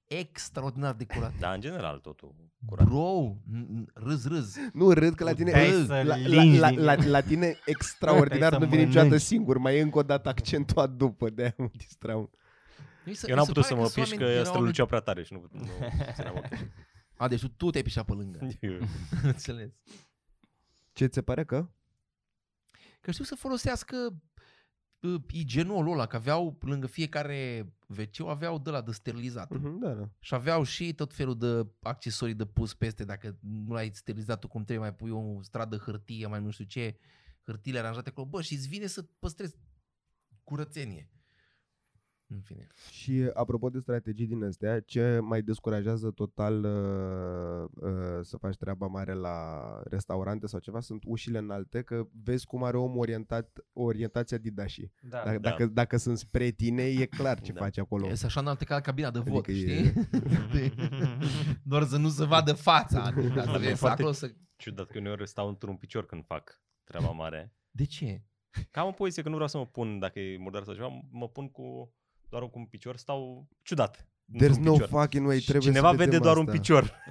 Extraordinar de curate.
Dar Da, în general totul curat.
Bro, n- n- râz, râz.
Nu râd că la tine
Puteai
Râd.
să
la, la,
lingi
la,
din
la,
el.
la tine extraordinar
să
nu vine niciodată
mănânci.
singur, mai e încă o dată accentuat după, de mă distram.
Mi se-
Eu
mi
n-am
se
putut
pare
să mă
că sunt
piș
oameni-
că
erau oameni-
străluceau prea tare și nu, nu țineam ochii.
A, deci tu, tu te-ai pișat pe
[laughs]
lângă.
Eu-
Înțeles.
Ce ți se pare că?
Că știu să folosească uh, igenolul ăla, că aveau lângă fiecare wc aveau de la de sterilizat.
Mhm, Da, da.
Și aveau și tot felul de accesorii de pus peste, dacă nu l-ai sterilizat tu cum trebuie, mai pui o stradă hârtie, mai nu știu ce, hârtiile aranjate acolo. Bă, și îți vine să păstrezi curățenie. În fine.
Și uh, apropo de strategii din astea, ce mai descurajează total uh, uh, să faci treaba mare la restaurante sau ceva sunt ușile înalte, că vezi cum are omul orientat, orientația didașii.
Da.
Dacă,
Da.
dacă, dacă sunt spre tine, e clar ce
Da.
faci acolo.
E așa înaltă ca cabina de vot,
Adică
știi? [laughs] Doar să nu se vadă
[laughs]
fața. Adică,
Da,
să vezi
foarte-
acolo să...
Ciudat că uneori stau într-un picior când fac treaba mare.
De
[laughs]
ce?
Că am o poziție că nu vreau să mă pun, dacă e murdar sau ceva, mă pun cu doar cu un picior, stau ciudat.
There's
într-un
no
picior.
fucking way,
Și
trebuie
Cineva
să vedem
vede doar
asta.
un picior.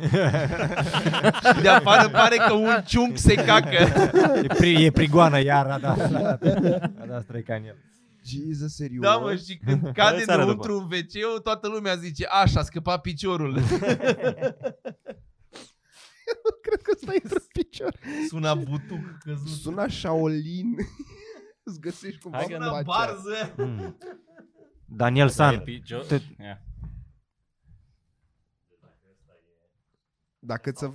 [laughs]
De afară pare că un ciung se cacă.
e, pri, e prigoană iar, da, da, da, da, da, da,
Jesus, serios?
Da, mă, și
[laughs]
când cade
Seara
înăuntru un wc toată lumea zice, așa, a scăpat
[laughs]
piciorul.
[laughs] Cred că stai într-un picior.
Suna butuc căzut.
Sună Shaolin. [laughs] Îți găsești cumva
Hai că
pacea.
Sună barză.
Mm. Daniel San. Te-
Dacă ți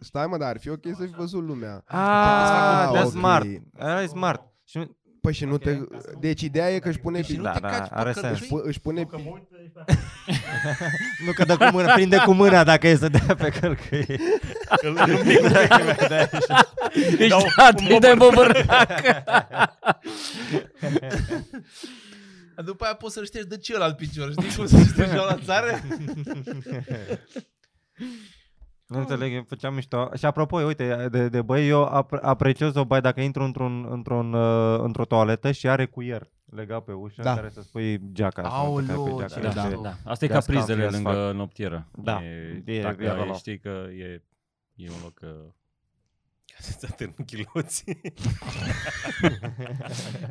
Stai mă, dar ar fi ok să fi văzut lumea.
Ah,
Ah,
da,
ok.
smart. Ăla e smart. Și nu-
Păi și nu te... Deci ideea e că își pune...
Și nu
Da,
te
da,
caci pe
are
călcâi.
sens.
Își, pu- își pune... pi-
nu că dă cu mâna, prinde cu mâna dacă e să dea pe călcâie. Da.
Îl îl pic cu tăieme, de-aia așa. Dau
Ești
un
atât de bobărnac.
După aia poți să-l ștergi de celălalt picior. Știi cum se ștergeau la
[laughs]
țară? [laughs]
Nu
Ah.
înțeleg, eu făceam mișto. Și apropo, uite, de, de băi, eu ap- apreciez o bai dacă intru într-un, într-un, uh, într-o toaletă și are cuier legat pe
Da.
ușă, da. care să spui geaca. sau
Aoleu,
să cape
ce
geaca.
Da.
Da,
Și-
da. Asta e
De
ca
asta
prizele
am fiat
lângă noptieră.
Da.
E,
E-
dacă
e acolo.
știi că e, e un loc... uh,
Să-ți atârn chiloții.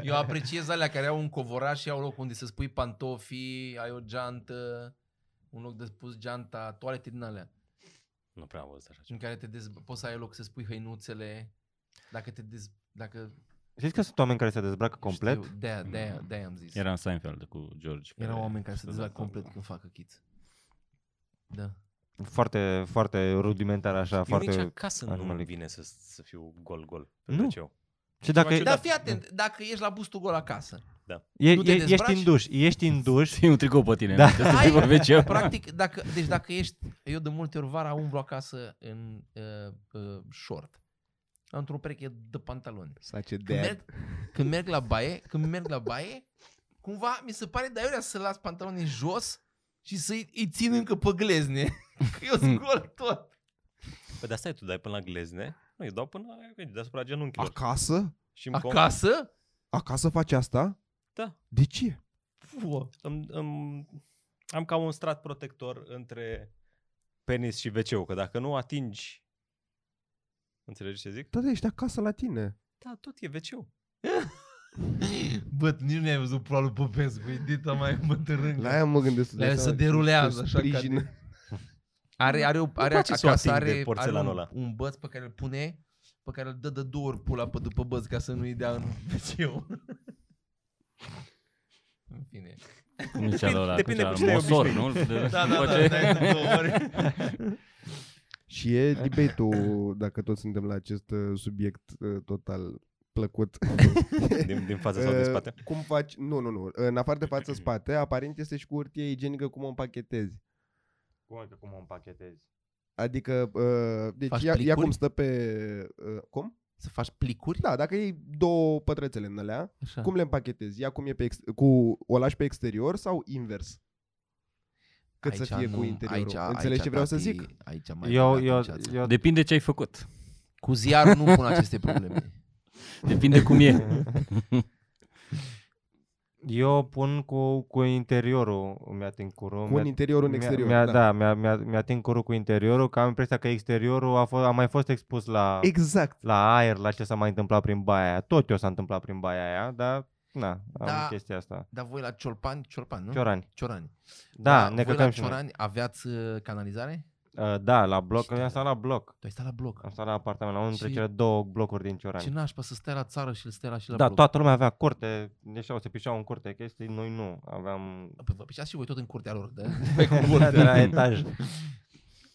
Eu apreciez alea care au un covoraș și au loc unde să spui pantofii, ai o geantă, un loc de spus geanta, toalete din alea.
Nu prea am văzut așa
În
ceva.
care te dez... poți să ai loc să spui hăinuțele. Dacă te dez... Dacă
Știți că sunt oameni care se dezbracă complet?
Știu, de-aia, de-aia, de-aia am zis.
Era în Seinfeld cu George.
Erau oameni care se
Da,
dezbracă
da, da.
complet
[laughs]
când fac chiți. Da.
Foarte, foarte rudimentar așa,
Eu nici
Da, foarte...
acasă nu-mi
animalic.
vine să, să fiu gol-gol.
Nu.
Nu. Eu.
Și
Ceva
dacă e,
ciudat.
Dar Da, fii atent, dacă ești la bustul gol [laughs] acasă,
e,
nu te
ești
dezbraci?
în duș, ești în duș,
Ții un tricou pe tine.
Da.
Da. Să
Hai,
fii pe WC. [laughs]
practic, dacă, deci dacă ești, eu de multe ori vara umblu acasă în uh, uh, short. într-o pereche de pantaloni.
Such a
Când
dad.
merg, când merg la baie, când merg la baie, cumva mi se pare de aiurea să las pantalonii jos și să-i îi țin încă pe glezne. [laughs] Că eu scol tot.
Păi de asta e, tu dai până la glezne? Nu, eu dau până uite, deasupra genunchilor.
Acasă?
și îmi, com-
Acasă?
Acasă faci asta?
Da.
De ce?
Fuă.
îmi, îmi, am ca un strat protector între penis și wc că dacă nu atingi... Înțelegi ce zic?
Da, da, ești acasă la tine.
Da, tot e
[laughs]
wc
Bă, tu nici nu ai văzut ploalul Popescu, e dita mai mătărângă.
La aia mă gândesc.
La aia
de
se
seama,
derulează
se
așa ca
sprijină.
Are, are, o, are,
place să o
acasă,
ating de
are, are
porțelanul
un,
ăla.
un băț pe care îl pune, pe care îl dă de două ori pula pe după băț ca să nu-i dea în wc În fine.
Cum zicea la ăla,
depinde
cum
cu
zicea
cine
la
ai
Mosor, nu?
obișnuit.
Da,
De-
da,
după
da,
ce-
dai de două ori.
Și e debate-ul, dacă toți suntem la acest uh, subiect uh, total plăcut.
din, din fața sau de
Uh,
spate.
Cum faci? Nu, nu, nu. În afară de față-spate, aparent este și cu urtie igienică cum o împachetezi.
Cum adică cum o împachetezi?
Adică, uh, deci
Faci
ia, ia
plicuri?
cum stă pe... Uh, cum?
Să faci plicuri?
Da, dacă iei două pătrățele în alea,
Așa.
cum le împachetezi? Ia cum e pe ex- cu... O lași pe exterior sau invers? Cât să fie cu interiorul. Înțelegi ce vreau
da,
să zic?
Aici [laughs] mai
Eu, eu, eu,
Depinde ce ai făcut.
Cu ziarul nu pun aceste probleme.
Depinde cum e.
eu pun cu, cu interiorul, îmi ating curul.
Cu un interior, un exterior.
Mi-a,
da.
da, mi-a, mi-a, mi-a ating curul cu interiorul, că am impresia că exteriorul a, fost, a mai fost expus la,
Exact.
la aer, la ce s-a mai întâmplat prin baia aia. Tot eu s-a întâmplat prin baia aia, dar na, am
Da.
chestia asta.
Dar voi la Ciolpan, Ciolpan, nu?
Ciorani.
Ciorani.
Da, ne
voi la
căcăm și noi.
Ciorani aveați uh, canalizare?
Uh, da, la bloc, eu am stat la bloc.
Tu ai stat la bloc.
Am stat la apartament, la unul dintre
Și-
cele două blocuri din
Ce
Ciorani.
nașpa să stai la țară și stai la și la
Da,
bloc.
toată lumea avea curte, ieșeau, se pișeau în curte chestii, noi nu, aveam
Păi vă pișați și voi tot în curtea lor,
[laughs]
da?
de la etaj.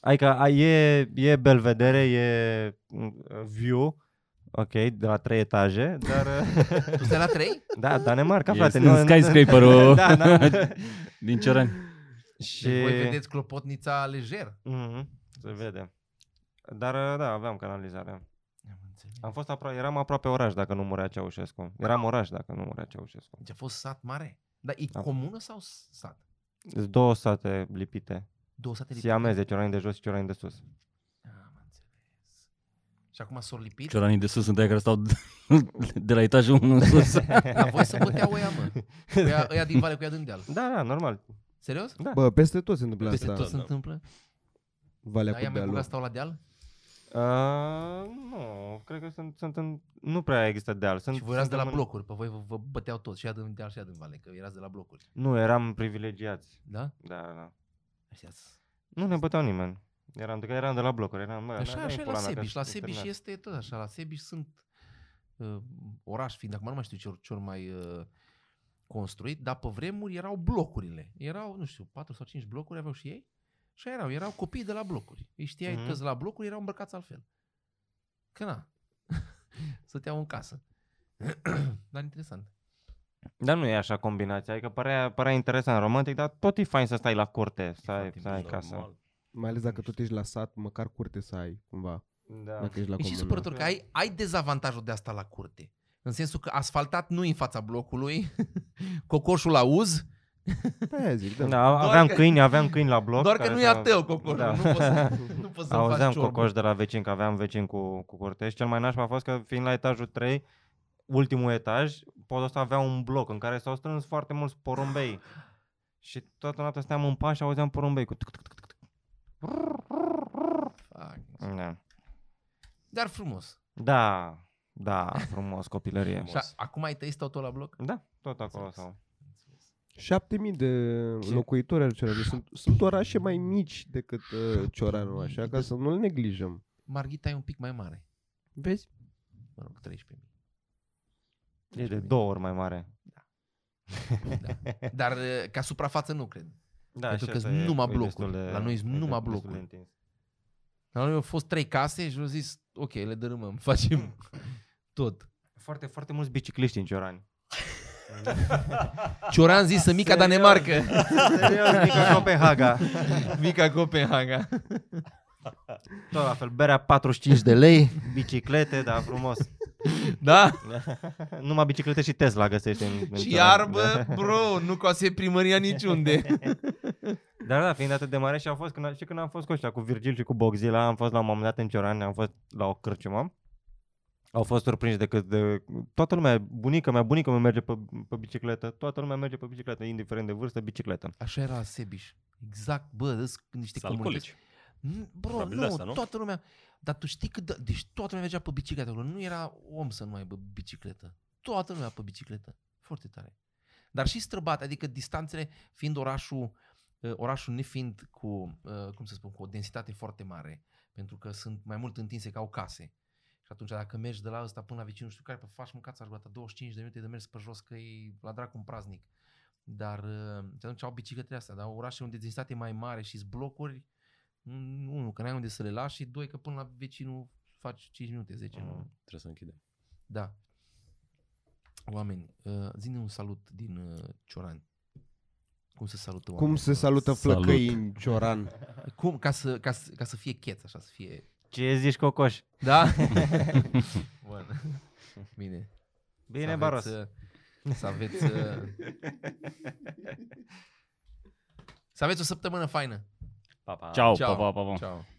Adică a, e, e belvedere, e mm, view, ok, de la trei etaje, dar...
tu stai la trei?
da, Danemarca,
E
frate.
în
[laughs]
skyscraper-ul.
da,
[laughs]
da.
Din Ciorani.
Și...
Și... Voi vedeți clopotnița lejer.
Mhm, se vede. Dar da, aveam canalizare.
Am înțeles.
Am fost apro- eram aproape oraș dacă nu murea Ceaușescu. Eram oraș dacă nu murea Ceaușescu.
Deci a fost sat mare. Dar e
Da.
comună sau sat?
Sunt două sate lipite.
Două sate lipite?
Siameze, Ciorani de jos și Ciorani de sus.
Am înțeles. Și acum s-au lipit?
Cioranii de sus sunt aia care stau [laughs] de la etajul 1 în sus.
La voi se bătea oia, mă.
[laughs]
Oia, oia din vale cu ea din deal.
Da, da, normal.
Serios?
Da.
Bă, peste tot se întâmplă
Peste
asta.
tot se
da.
întâmplă?
Valea
Dar
cu
ea mai
dealul.
bugat stau la deal?
Uh, nu, cred că sunt, sunt în, nu prea există deal. Sunt,
Și voi erați de
sunt
la
în-
blocuri, pe voi vă, vă băteau toți, și ea din deal și ea din vale, că erați de la blocuri.
Nu, eram privilegiați.
Da?
Da, da, da.
Așa,
Nu ne băteau nimeni. Eram, că eram de la blocuri. Eram, bă,
așa,
n-ai
așa e la
pula mea, că
Sebiș. La
sunt
Sebiș
terminat.
este tot așa. La Sebiș sunt uh, oraș fiind, acum nu mai știu ce, ce ori mai uh, construit, dar pe vremuri erau blocurile. Erau, nu știu, 4 sau 5 blocuri aveau și ei. Și erau, erau copii de la blocuri. Îi știai
Mhm.
mm-hmm. că la blocuri erau îmbrăcați altfel. Că na. [laughs] Stăteau în casă. [clears throat] dar interesant.
Dar nu e așa combinația, adică părea, părea interesant, romantic, dar tot e fain să stai la curte, să ai,
foarte
să ai
Normal.
casă.
Mai ales dacă tot ești la sat, măcar curte să ai, cumva.
Da.
Dacă ești la
E și
comună.
supărător că ai, ai dezavantajul de asta la curte. În sensul că asfaltat nu e în fața blocului, [laughs] cocoșul la uz,
Pe aia zic, da.
da aveam
că-
câini, aveam câini la bloc.
doar că
care
nu e
s-au-
al tău cocoșul,
Da.
nu poți,
[laughs]
să- nu poți să
Auzeam
faci ciorbă.
cocoș de la vecin, că aveam vecin cu, cu curte și cel mai nașpa a fost că fiind la etajul 3, ultimul etaj, podul ăsta avea un bloc în care s-au strâns foarte mulți porumbei. Și toată noaptea steam în paș și auzeam porumbei cu... tuc, tuc, tuc, tuc, tuc.
Fac.
Da.
Dar frumos.
Da, da, frumos, copilărie.
Și a- acum ai tăi stau tot la bloc?
Da, tot acolo
Înțeles.
sau.
7000 de locuitori al Cioranului. Sunt, sunt orașe mai mici decât uh, Cioranul, așa, ca să nu-l neglijăm.
Marghita e un pic mai mare.
Vezi?
Mă rog, 13.000.
E de două ori mai mare. [laughs]
Da. Dar eh, ca suprafață nu cred.
Da,
Pentru
și
că
ăsta
sunt
e-
numai
e destul
blocuri. La noi sunt
e de-
numai
destul de
blocuri.
întins.
La noi au fost trei case și au zis, ok, le dărâmăm, [laughs] facem tot.
Foarte, foarte mulți bicicliști în [laughs] Ciorani.
Cioran zis să mica
Serios? [laughs]
Danemarca.
Da.
[laughs]
Serios, mică Copenhaga.
Mica Copenhaga.
Tot la fel, berea 45 de lei, biciclete, da, frumos. [laughs]
Da?
Numai biciclete și Tesla găsește. în- în
Și
țară.
iarbă, bro, nu coase primăria niciunde.
[laughs] Dar da, fiind atât de mare și am fost, când, și când am fost cu ăștia, cu Virgil și cu Boxila, am fost la un moment dat în Cioran, am fost la o cârciumă. Au fost surprinși de cât de... Toată lumea, bunica mea, bunica mea merge pe, pe bicicletă, toată lumea merge pe bicicletă, indiferent de vârstă, bicicletă.
Așa era la Sebiș. Exact, bă, sunt niște
Sunt alcoolici.
N- Bro,
Probabil
nu,
de asta, nu?
toată lumea... Dar tu știi că... Da, deci toată lumea mergea pe bicicletă acolo. Nu era om să nu aibă bicicletă. Toată lumea pe bicicletă. Foarte tare. Dar și străbat, adică distanțele, fiind orașul, uh, orașul nefiind cu, uh, cum să spun, cu o densitate foarte mare, pentru că sunt mai mult întinse ca o case. Și atunci dacă mergi de la ăsta până la vicinul, nu știu care, pe faci mâncați argulată, 25 de minute de mers pe jos, că e la dracu un praznic. Dar uh, și atunci au bicicletele astea, dar orașe unde densitate e mai mare și blocuri, Mm, Unu, că n-ai unde să le lași și doi, că până la vecinul faci 5 minute, 10 mm.
Trebuie să închidem.
Da. Oameni, uh, zine un salut din uh, Cioran. Cum se salută oamenii?
Cum se
acolo?
salută
Salut.
flăcăi Cioran?
Cum, ca, să, ca, să, ca să fie cheț, așa, să fie...
Ce zici, Cocoș?
Da? [laughs] Bun. Bine. Să
Bine,
aveți,
Baros.
uh, Să aveți... uh, Să aveți o săptămână faină.
Pa, pa.
Ciao,
Ciao.
pa, pa, pa, pa.
Ciao.